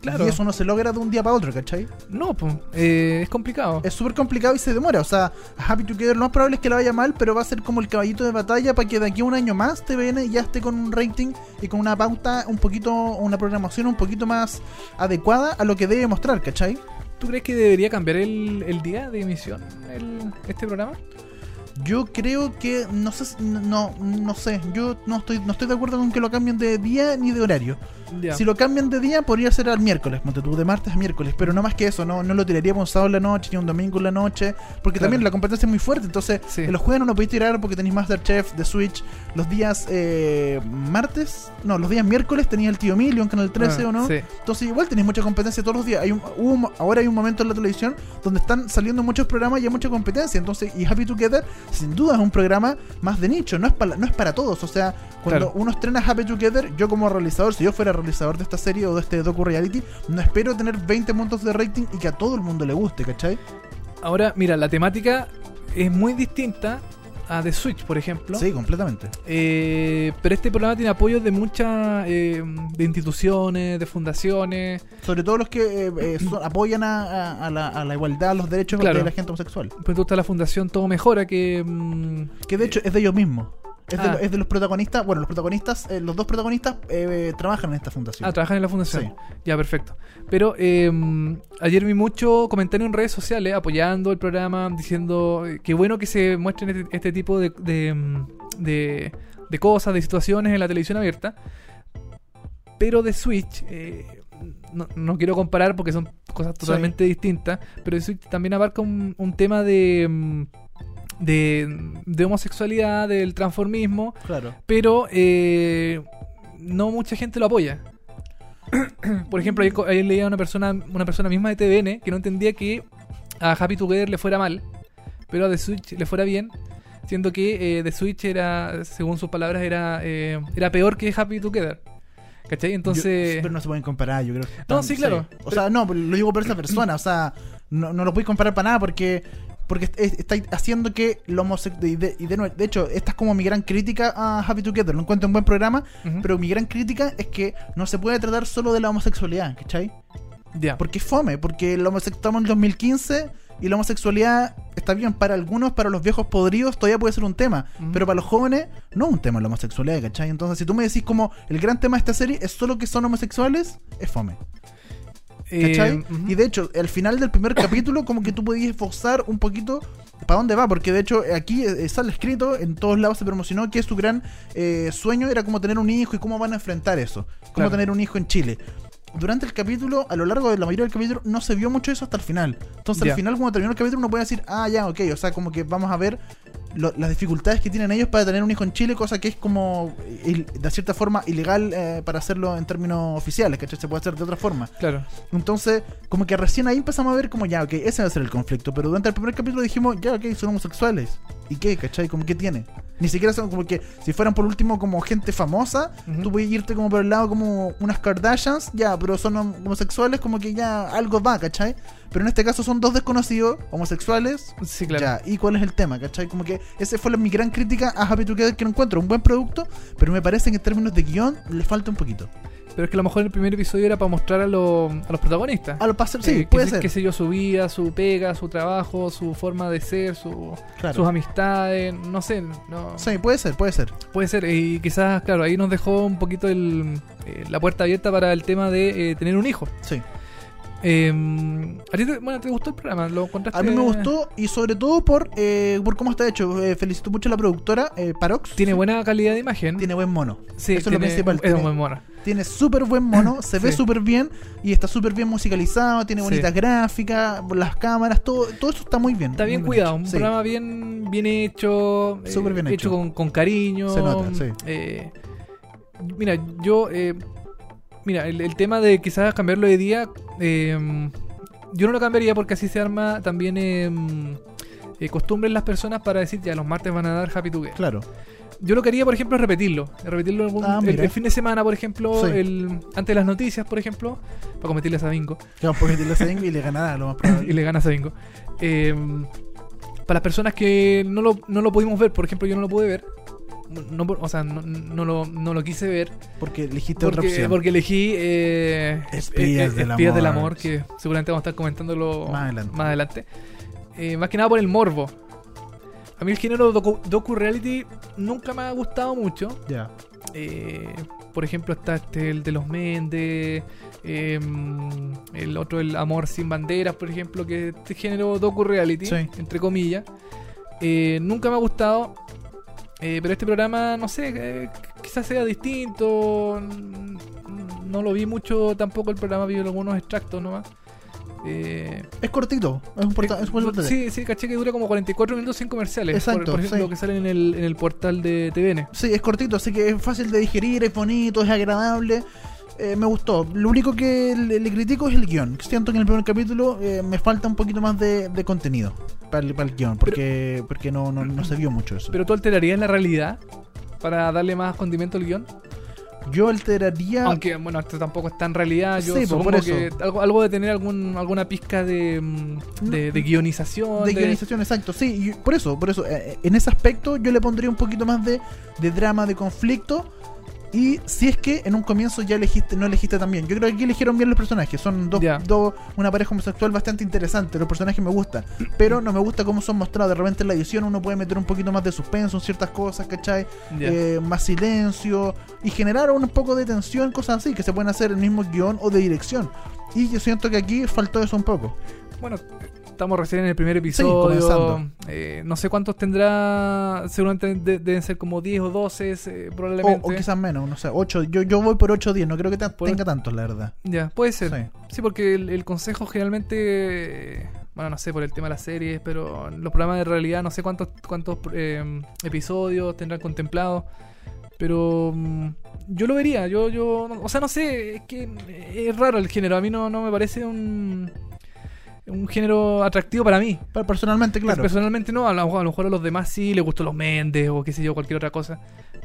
Speaker 2: Claro.
Speaker 3: Y eso no se logra de un día para otro, ¿cachai?
Speaker 2: no, pues, eh, es complicado.
Speaker 3: Es súper complicado y se demora. O sea, Happy Together lo más probable es que la vaya mal, pero va a ser como el caballito de batalla para que de aquí a un año más TVN ya esté con un rating y con una pauta un poquito, una programación un poquito más adecuada a lo que debe mostrar, ¿cachai?
Speaker 2: ¿Tú crees que debería cambiar el, el día de emisión el- este programa?
Speaker 3: Yo creo que no sé, si- no, no sé, yo no estoy, no estoy de acuerdo con que lo cambien de día ni de horario.
Speaker 2: Ya.
Speaker 3: Si lo cambian de día, podría ser al miércoles, ponte tú, de martes a miércoles, pero no más que eso, no, no lo tiraría por un sábado en la noche, ni un domingo en la noche, porque
Speaker 2: Claro.
Speaker 3: también la competencia es muy fuerte, entonces
Speaker 2: Sí.
Speaker 3: en los juegos no lo podéis tirar porque tenéis Masterchef de Switch los días eh, martes, no, los días miércoles tenéis el tío Emilio en Canal 13
Speaker 2: Ah,
Speaker 3: o no,
Speaker 2: sí.
Speaker 3: entonces igual tenéis mucha competencia todos los días, hay un, hubo un- ahora hay un momento en la televisión donde están saliendo muchos programas y hay mucha competencia, entonces y Happy Together sin duda es un programa más de nicho, no es para, no es para todos, o sea, cuando
Speaker 2: Claro.
Speaker 3: uno estrena Happy Together, yo como realizador, si yo fuera realizador de esta serie o de este docu reality, no espero tener 20 puntos de rating y que a todo el mundo le guste, ¿cachai?
Speaker 2: Ahora, mira, la temática es muy distinta a The Switch, por ejemplo.
Speaker 3: Sí, completamente.
Speaker 2: Eh, pero este programa tiene apoyo de muchas eh, de instituciones, de fundaciones.
Speaker 3: Sobre todo los que eh, eh, son- apoyan a, a- a la, a la igualdad, a los derechos
Speaker 2: Claro.
Speaker 3: de la gente homosexual.
Speaker 2: Por ejemplo, está la fundación Todo Mejora, que mm,
Speaker 3: Que de hecho es de ellos mismos. Es, de,
Speaker 2: Ah.
Speaker 3: lo- es de los protagonistas, bueno, los protagonistas, eh, los dos protagonistas eh, eh, trabajan en esta fundación.
Speaker 2: ah, trabajan en la fundación.
Speaker 3: Sí.
Speaker 2: Ya, perfecto. Pero eh, ayer vi mucho comentario en redes sociales apoyando el programa, diciendo eh, qué bueno que se muestren este, este tipo de, de, mm, de- de cosas, de situaciones en la televisión abierta. Pero de Switch, eh, no, no quiero comparar porque son cosas totalmente distintas, pero de Switch también abarca un, un tema de, mm, de, de homosexualidad, del transformismo,
Speaker 3: claro.
Speaker 2: pero eh, no mucha gente lo apoya. Por ejemplo, ayer, co- ayer leía a una persona, una persona misma de TVN que no entendía que a Happy Together le fuera mal, pero a The Switch le fuera bien, siendo que eh, The Switch era, según sus palabras, era, eh, era peor que Happy Together. ¿Cachai? Entonces...
Speaker 3: Yo- pero no se pueden comparar, yo creo. que
Speaker 2: No, sí, claro.
Speaker 3: O sea, no, lo digo por esa persona, o sea, no, no lo puedes comparar para nada porque porque est- est- estáis haciendo que lo homosexual... Y, de, y de nuevo, de hecho, esta es como mi gran crítica a Happy Together. Lo encuentro un buen programa,
Speaker 2: Ujú.
Speaker 3: pero mi gran crítica es que no se puede tratar solo de la homosexualidad, ¿cachai?
Speaker 2: Ya.
Speaker 3: Porque es fome, porque la homosexualidad estamos en 2015 y la homosexualidad está bien para algunos, para los viejos podridos todavía puede ser un tema, pero para los jóvenes no es un tema la homosexualidad, ¿cachai? Entonces, si tú me decís como el gran tema de esta serie es solo que son homosexuales, es fome. ¿Cachai?
Speaker 2: Eh, ujú.
Speaker 3: Y de hecho, al final del primer capítulo, como que tú podías esforzar un poquito para dónde va, porque de hecho aquí eh, sale escrito, en todos lados se promocionó que su gran eh, sueño era como tener un hijo y cómo van a enfrentar eso, cómo
Speaker 2: Claro.
Speaker 3: tener un hijo en Chile. Durante el capítulo, a lo largo de la mayoría del capítulo, no se vio mucho eso hasta el final. Entonces,
Speaker 2: Ya.
Speaker 3: al final, cuando terminó el capítulo, uno puede decir, ah, ya, ok, o sea, como que vamos a ver lo- las dificultades que tienen ellos para tener un hijo en Chile, cosa que es como, eh, il- de cierta forma, ilegal eh, para hacerlo en términos oficiales, ¿cachai? Se puede hacer de otra forma.
Speaker 2: Claro.
Speaker 3: Entonces, como que recién ahí empezamos a ver como ya, ok, ese va a ser el conflicto. Pero durante el primer capítulo dijimos, ya, ok, son homosexuales. ¿Y qué, cachai? Como que tiene. Ni siquiera son como que, si fueran por último como gente famosa,
Speaker 2: Ujú.
Speaker 3: tú puedes irte como por el lado como unas Kardashians, ya, pero son hom- homosexuales, como que ya algo va, cachai. Pero en este caso son dos desconocidos, homosexuales.
Speaker 2: Sí, claro.
Speaker 3: Ya, ¿y cuál es el tema? ¿Cachai? Como que esa fue la- mi gran crítica a Happy Together que no encuentro. Un buen producto, pero me parece que en términos de guión le falta un poquito.
Speaker 2: Pero es que a lo mejor el primer episodio era para mostrar a, lo- a los protagonistas.
Speaker 3: A lo pasar, sí,
Speaker 2: Eh,
Speaker 3: puede
Speaker 2: qué, sé-
Speaker 3: ser.
Speaker 2: Qué sé yo, su vida, su pega, su trabajo, su forma de ser, su,
Speaker 3: Claro.
Speaker 2: sus amistades, no sé. No,
Speaker 3: Sí, puede ser, puede ser.
Speaker 2: Puede ser. Y quizás, claro, ahí nos dejó un poquito el, eh, la puerta abierta para el tema de eh, tener un hijo.
Speaker 3: Sí.
Speaker 2: Eh, ¿a ti te, bueno, ¿te gustó el programa? ¿Lo encontraste?
Speaker 3: A mí me gustó y sobre todo por, eh, por cómo está hecho. Eh, felicito mucho a la productora, eh, Parox.
Speaker 2: Tiene buena calidad de imagen.
Speaker 3: Tiene buen mono.
Speaker 2: sí, tiene-
Speaker 3: Eso es lo principal.
Speaker 2: Es
Speaker 3: tiene,
Speaker 2: muy mona.
Speaker 3: tiene súper buen mono, se ve
Speaker 2: Sí.
Speaker 3: súper bien y está súper bien musicalizado, tiene
Speaker 2: Sí.
Speaker 3: bonitas gráficas, las cámaras, todo, todo eso está muy bien.
Speaker 2: Está bien
Speaker 3: muy
Speaker 2: cuidado,
Speaker 3: hecho.
Speaker 2: un
Speaker 3: Sí.
Speaker 2: programa bien, bien hecho, eh,
Speaker 3: Súper bien hecho.
Speaker 2: con, con cariño.
Speaker 3: Se nota, sí.
Speaker 2: eh, mira, yo, eh, mira, el, el tema de quizás cambiarlo de día, eh, yo no lo cambiaría porque así se arma también eh, eh, costumbres las personas para decir, ya los martes van a dar Happy Together.
Speaker 3: Claro,
Speaker 2: Yo lo quería, por ejemplo, es repetirlo. Repetirlo algún-
Speaker 3: Ah,
Speaker 2: el,
Speaker 3: mira.
Speaker 2: el fin de semana, por ejemplo,
Speaker 3: Sí.
Speaker 2: el, antes de las noticias, por ejemplo, para cometerles a Bingo
Speaker 3: claro, porque te lo hacen y le ganará lo más
Speaker 2: y
Speaker 3: probable.
Speaker 2: le ganas a Bingo. Eh, para las personas que no lo, no lo pudimos ver, por ejemplo, yo no lo pude ver. No, por- o sea, no, no lo, no lo quise ver
Speaker 3: Porque elegiste otra
Speaker 2: porque,
Speaker 3: opción.
Speaker 2: porque elegí eh,
Speaker 3: Espías del
Speaker 2: Espías
Speaker 3: Amor.
Speaker 2: que seguramente vamos a estar comentándolo
Speaker 3: Más adelante.
Speaker 2: más, adelante. Eh, más que nada por el morbo. A mí el género docu- docu-reality nunca me ha gustado mucho.
Speaker 3: Ya.
Speaker 2: Eh, por ejemplo, está este, el de los Méndez, eh, el otro, el Amor sin Banderas, por ejemplo, que es este género docu-reality,
Speaker 3: Sí.
Speaker 2: entre comillas. Eh, nunca me ha gustado, eh, pero este programa, no sé, eh, quizás sea distinto. mm, No lo vi mucho tampoco el programa, vi algunos extractos nomás. Eh,
Speaker 3: Es cortito, es un porta-
Speaker 2: eh,
Speaker 3: es un portal.
Speaker 2: sí, sí, caché que dura como 44 minutos sin comerciales. por-
Speaker 3: Exacto,
Speaker 2: por, ejemplo,
Speaker 3: sí.
Speaker 2: que salen en el, en el portal de TVN.
Speaker 3: Sí, es cortito, así que es fácil de digerir, es bonito, es agradable. Eh, me gustó. Lo único que le, le critico es el guión. Siento que en el primer capítulo eh, me falta un poquito más de, de contenido para el, para el guión, porque, porque no, no, no se vio mucho eso.
Speaker 2: Pero tú alterarías la realidad para darle más condimento al guión.
Speaker 3: Yo alteraría...
Speaker 2: Aunque, bueno, esto tampoco está en realidad. Yo
Speaker 3: Ah. Sí, pues,
Speaker 2: supongo
Speaker 3: por eso.
Speaker 2: que algo, algo de tener algún, alguna pizca de, mm, de, de guionización.
Speaker 3: de
Speaker 2: de-
Speaker 3: guionización, exacto. Sí, y por eso, por eso, eh, en ese aspecto yo le pondría un poquito más de, de drama, de conflicto. Y si es que en un comienzo ya elegiste, no elegiste tan bien. Yo creo que aquí eligieron bien los personajes. Son dos,
Speaker 2: Ya.
Speaker 3: dos una pareja homosexual bastante interesante. Los personajes me gustan. Pero no me gusta cómo son mostrados. De repente en la edición uno puede meter un poquito más de suspenso en ciertas cosas, ¿cachai?
Speaker 2: Ya.
Speaker 3: Eh, más silencio. Y generar un poco de tensión, cosas así, que se pueden hacer en el mismo guión o de dirección. Y yo siento que aquí faltó eso un poco.
Speaker 2: Bueno, estamos recién en el primer episodio.
Speaker 3: comenzando.
Speaker 2: Eh, no sé cuántos tendrá. Seguramente de- deben ser como 10 o 12, eh,
Speaker 3: O,
Speaker 2: probablemente.
Speaker 3: o quizás menos, no sé, 8. Yo, yo voy por 8 o 10, no creo que tan-
Speaker 2: Por-
Speaker 3: tenga tantos, la verdad.
Speaker 2: Ya, puede ser.
Speaker 3: Sí.
Speaker 2: Sí, porque el, el consejo generalmente, eh, bueno, no sé por el tema de las series, pero los programas de realidad, no sé cuántos cuántos eh, episodios tendrán contemplados, pero mm, yo lo vería, yo, yo, no- o sea, no sé, es que eh, es raro el género, a mí no, no me parece un, un género atractivo para mí.
Speaker 3: Pero personalmente, claro.
Speaker 2: Personalmente no, a lo, a lo mejor a los demás sí les gustó los Méndez o qué sé yo, cualquier otra cosa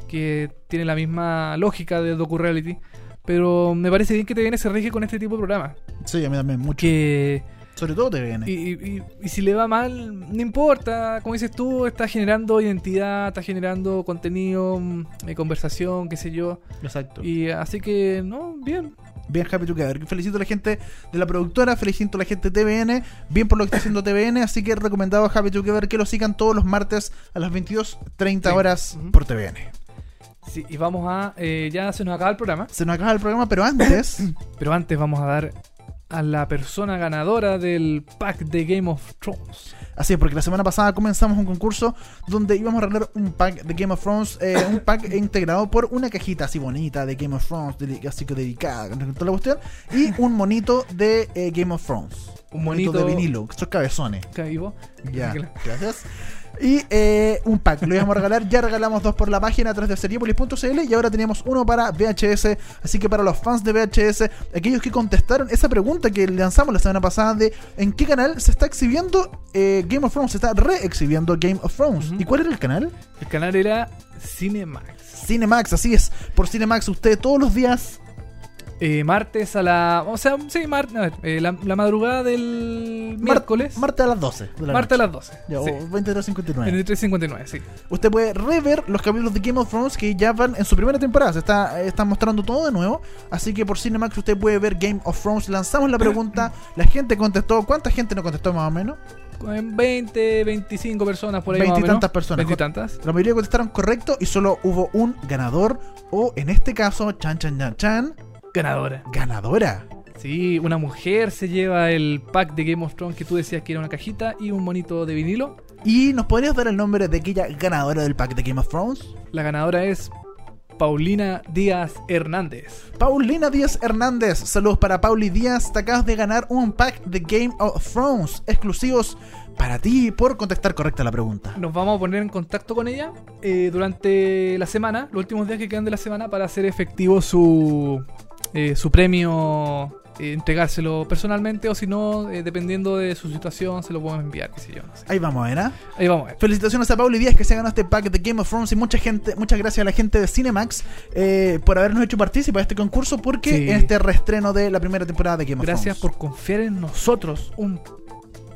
Speaker 2: que tiene la misma lógica de docu-reality. Pero me parece bien que TVN se rige con este tipo de programas.
Speaker 3: Sí, a mí también, mucho.
Speaker 2: Que,
Speaker 3: Sobre todo te viene.
Speaker 2: y, y- y- y si le va mal, no importa. Como dices tú, está generando identidad, está generando contenido, mm, eh, conversación, qué sé yo.
Speaker 3: Exacto.
Speaker 2: Y así que, no, bien.
Speaker 3: Bien happy together. Felicito a la gente de la productora, felicito a la gente de TVN, bien por lo que está haciendo TVN, así que recomendado a Happy Together que lo sigan todos los martes a las 22.30
Speaker 2: Sí.
Speaker 3: horas
Speaker 2: Ujú.
Speaker 3: por TVN.
Speaker 2: Sí, y vamos a. eh, ya se nos acaba el programa,
Speaker 3: Se nos acaba el programa, pero antes,
Speaker 2: pero antes vamos a dar a la persona ganadora del pack de Game of Thrones.
Speaker 3: así es, porque la semana pasada comenzamos un concurso donde íbamos a arreglar un pack de Game of Thrones, eh, un pack integrado por una cajita así bonita de Game of Thrones, deli- así que dedicada, con toda la cuestión, y un monito de eh, Game of Thrones.
Speaker 2: Un
Speaker 3: de
Speaker 2: monito-
Speaker 3: vinilo, estos cabezones.
Speaker 2: Acá vivo.
Speaker 3: Ya,
Speaker 2: Claro.
Speaker 3: gracias. Y eh, un pack, lo íbamos a regalar. Ya regalamos dos por la página atrás de seriepolis.cl y ahora teníamos uno para VHS. Así que para los fans de VHS, aquellos que contestaron esa pregunta que lanzamos la semana pasada de en qué canal se está exhibiendo eh, Game of Thrones, se está reexhibiendo Game of Thrones.
Speaker 2: Ujú.
Speaker 3: ¿Y cuál era el canal?
Speaker 2: El canal era Cinemax.
Speaker 3: Cinemax, así es. Por Cinemax, usted todos los días.
Speaker 2: Eh, martes a la. O sea, sí, mar- no, eh, la, la madrugada del
Speaker 3: mar-
Speaker 2: miércoles.
Speaker 3: Martes a las 12. de la
Speaker 2: martes a
Speaker 3: noche.
Speaker 2: las 12.
Speaker 3: Ya, oh, o
Speaker 2: sí.
Speaker 3: 23.59.
Speaker 2: En el 3.59, sí.
Speaker 3: Usted puede rever los capítulos de Game of Thrones que ya van en su primera temporada. Se está, eh, están mostrando todo de nuevo. Así que por Cinemax usted puede ver Game of Thrones. Lanzamos la pregunta. La gente contestó. ¿Cuánta gente no contestó más o menos?
Speaker 2: Con 20, 25 personas por ahí. más o
Speaker 3: 20 y
Speaker 2: menos.
Speaker 3: tantas personas.
Speaker 2: 20 y tantas.
Speaker 3: La mayoría contestaron correcto y solo hubo un ganador. O en este caso, chan chan chan chan,
Speaker 2: Ganadora.
Speaker 3: ganadora.
Speaker 2: Sí, una mujer se lleva el pack de Game of Thrones que tú decías que era una cajita y un monito de vinilo.
Speaker 3: ¿Y nos podrías dar el nombre de aquella ganadora del pack de Game of Thrones?
Speaker 2: La ganadora es Paulina Díaz Hernández.
Speaker 3: Paulina Díaz Hernández, saludos para Pauli Díaz, te acabas de ganar un pack de Game of Thrones exclusivos para ti por contestar correcta la pregunta.
Speaker 2: Nos vamos a poner en contacto con ella eh, durante la semana, los últimos días que quedan de la semana, para hacer efectivo su, eh, su premio, eh, entregárselo personalmente o si no, eh, dependiendo de su situación, se lo podemos enviar, qué sé yo, no sé.
Speaker 3: Ahí vamos, ¿eh?
Speaker 2: Ahí vamos a ver.
Speaker 3: Felicitaciones a Pauli Díaz que se ganó este pack de Game of Thrones y mucha gente, muchas gracias a la gente de Cinemax eh, por habernos hecho partícipe de este concurso porque
Speaker 2: Sí.
Speaker 3: en este reestreno de la primera temporada de Game of
Speaker 2: Gracias
Speaker 3: Thrones.
Speaker 2: por confiar en nosotros, un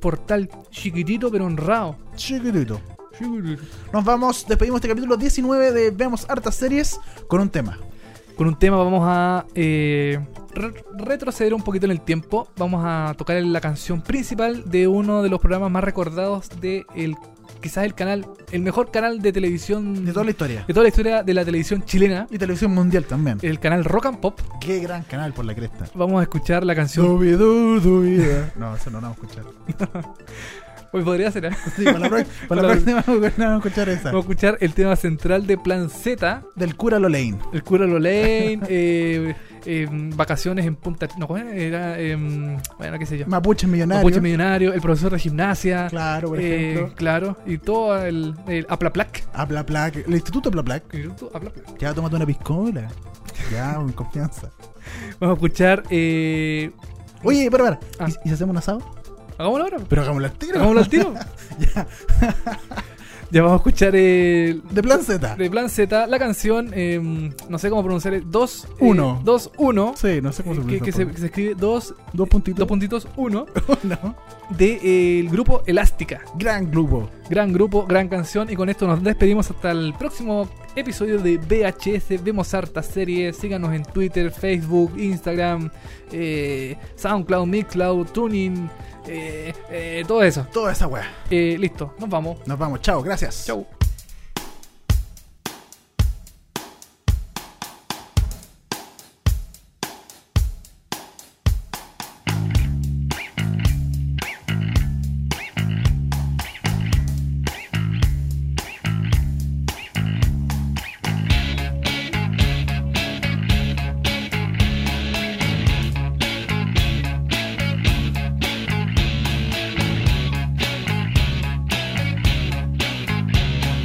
Speaker 2: portal chiquitito pero honrado.
Speaker 3: Chiquitito. Nos vamos, despedimos este capítulo 19 de Veamos hartas series con un tema.
Speaker 2: Con un tema vamos a eh, re- retroceder un poquito en el tiempo. Vamos a tocar la canción principal de uno de los programas más recordados de el, quizás el canal, el mejor canal de televisión
Speaker 3: De toda la historia.
Speaker 2: de toda la historia de la televisión chilena,
Speaker 3: Y televisión mundial también.
Speaker 2: el canal Rock and Pop.
Speaker 3: Qué gran canal por la cresta.
Speaker 2: Vamos a escuchar la canción.
Speaker 3: No, eso no lo vamos a escuchar.
Speaker 2: Hoy podría ser. ¿eh?
Speaker 3: Sí, para la, pro- para la próxima vamos a escuchar esa.
Speaker 2: Vamos a escuchar el tema central de Plan Z,
Speaker 3: Del cura Lolain.
Speaker 2: el cura Lolaine, eh, eh, vacaciones en Punta. No, ¿cómo era? Era, em, bueno, qué sé yo.
Speaker 3: Mapuche millonario.
Speaker 2: Mapuche Millonario, el profesor de gimnasia.
Speaker 3: Claro, por
Speaker 2: Eh,
Speaker 3: ejemplo.
Speaker 2: claro, y todo el, el Aplaplac.
Speaker 3: Aplaplac. El instituto Aplaplac.
Speaker 2: Aplaplac.
Speaker 3: Ya, tómate una piscola. Ya, con confianza.
Speaker 2: Vamos a escuchar. Eh...
Speaker 3: Oye, para, para.
Speaker 2: Ah.
Speaker 3: ¿Y, y si hacemos un asado?
Speaker 2: Hagámoslo ahora.
Speaker 3: Pero hagámoslo al tiro.
Speaker 2: Hagámoslo al tiro. ya vamos a escuchar el.
Speaker 3: De plan Z.
Speaker 2: De Plan Z, la canción, eh, no sé cómo pronunciar, eh, 2
Speaker 3: Uno.
Speaker 2: 2 1.
Speaker 3: Sí, no sé cómo Eh, se
Speaker 2: eh, Que,
Speaker 3: pronuncia.
Speaker 2: que se, que se escribe 2
Speaker 3: Dos puntitos.
Speaker 2: dos puntitos 1
Speaker 3: No.
Speaker 2: del grupo Elástica.
Speaker 3: Gran grupo.
Speaker 2: Gran grupo, gran canción. Y con esto nos despedimos hasta el próximo episodio de VHS. Vemos hartas series. Síganos en Twitter, Facebook, Instagram, eh, Soundcloud, Mixcloud, Tuning, eh, eh, todo eso.
Speaker 3: Toda esa weá.
Speaker 2: Eh, listo, nos vamos.
Speaker 3: Nos vamos. Chao, gracias.
Speaker 2: Chau.
Speaker 5: I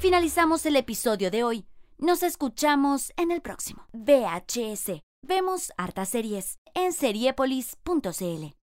Speaker 1: finalizamos el episodio de hoy. Nos escuchamos en el próximo. VHS. Vemos hartas series en seriepolis.cl.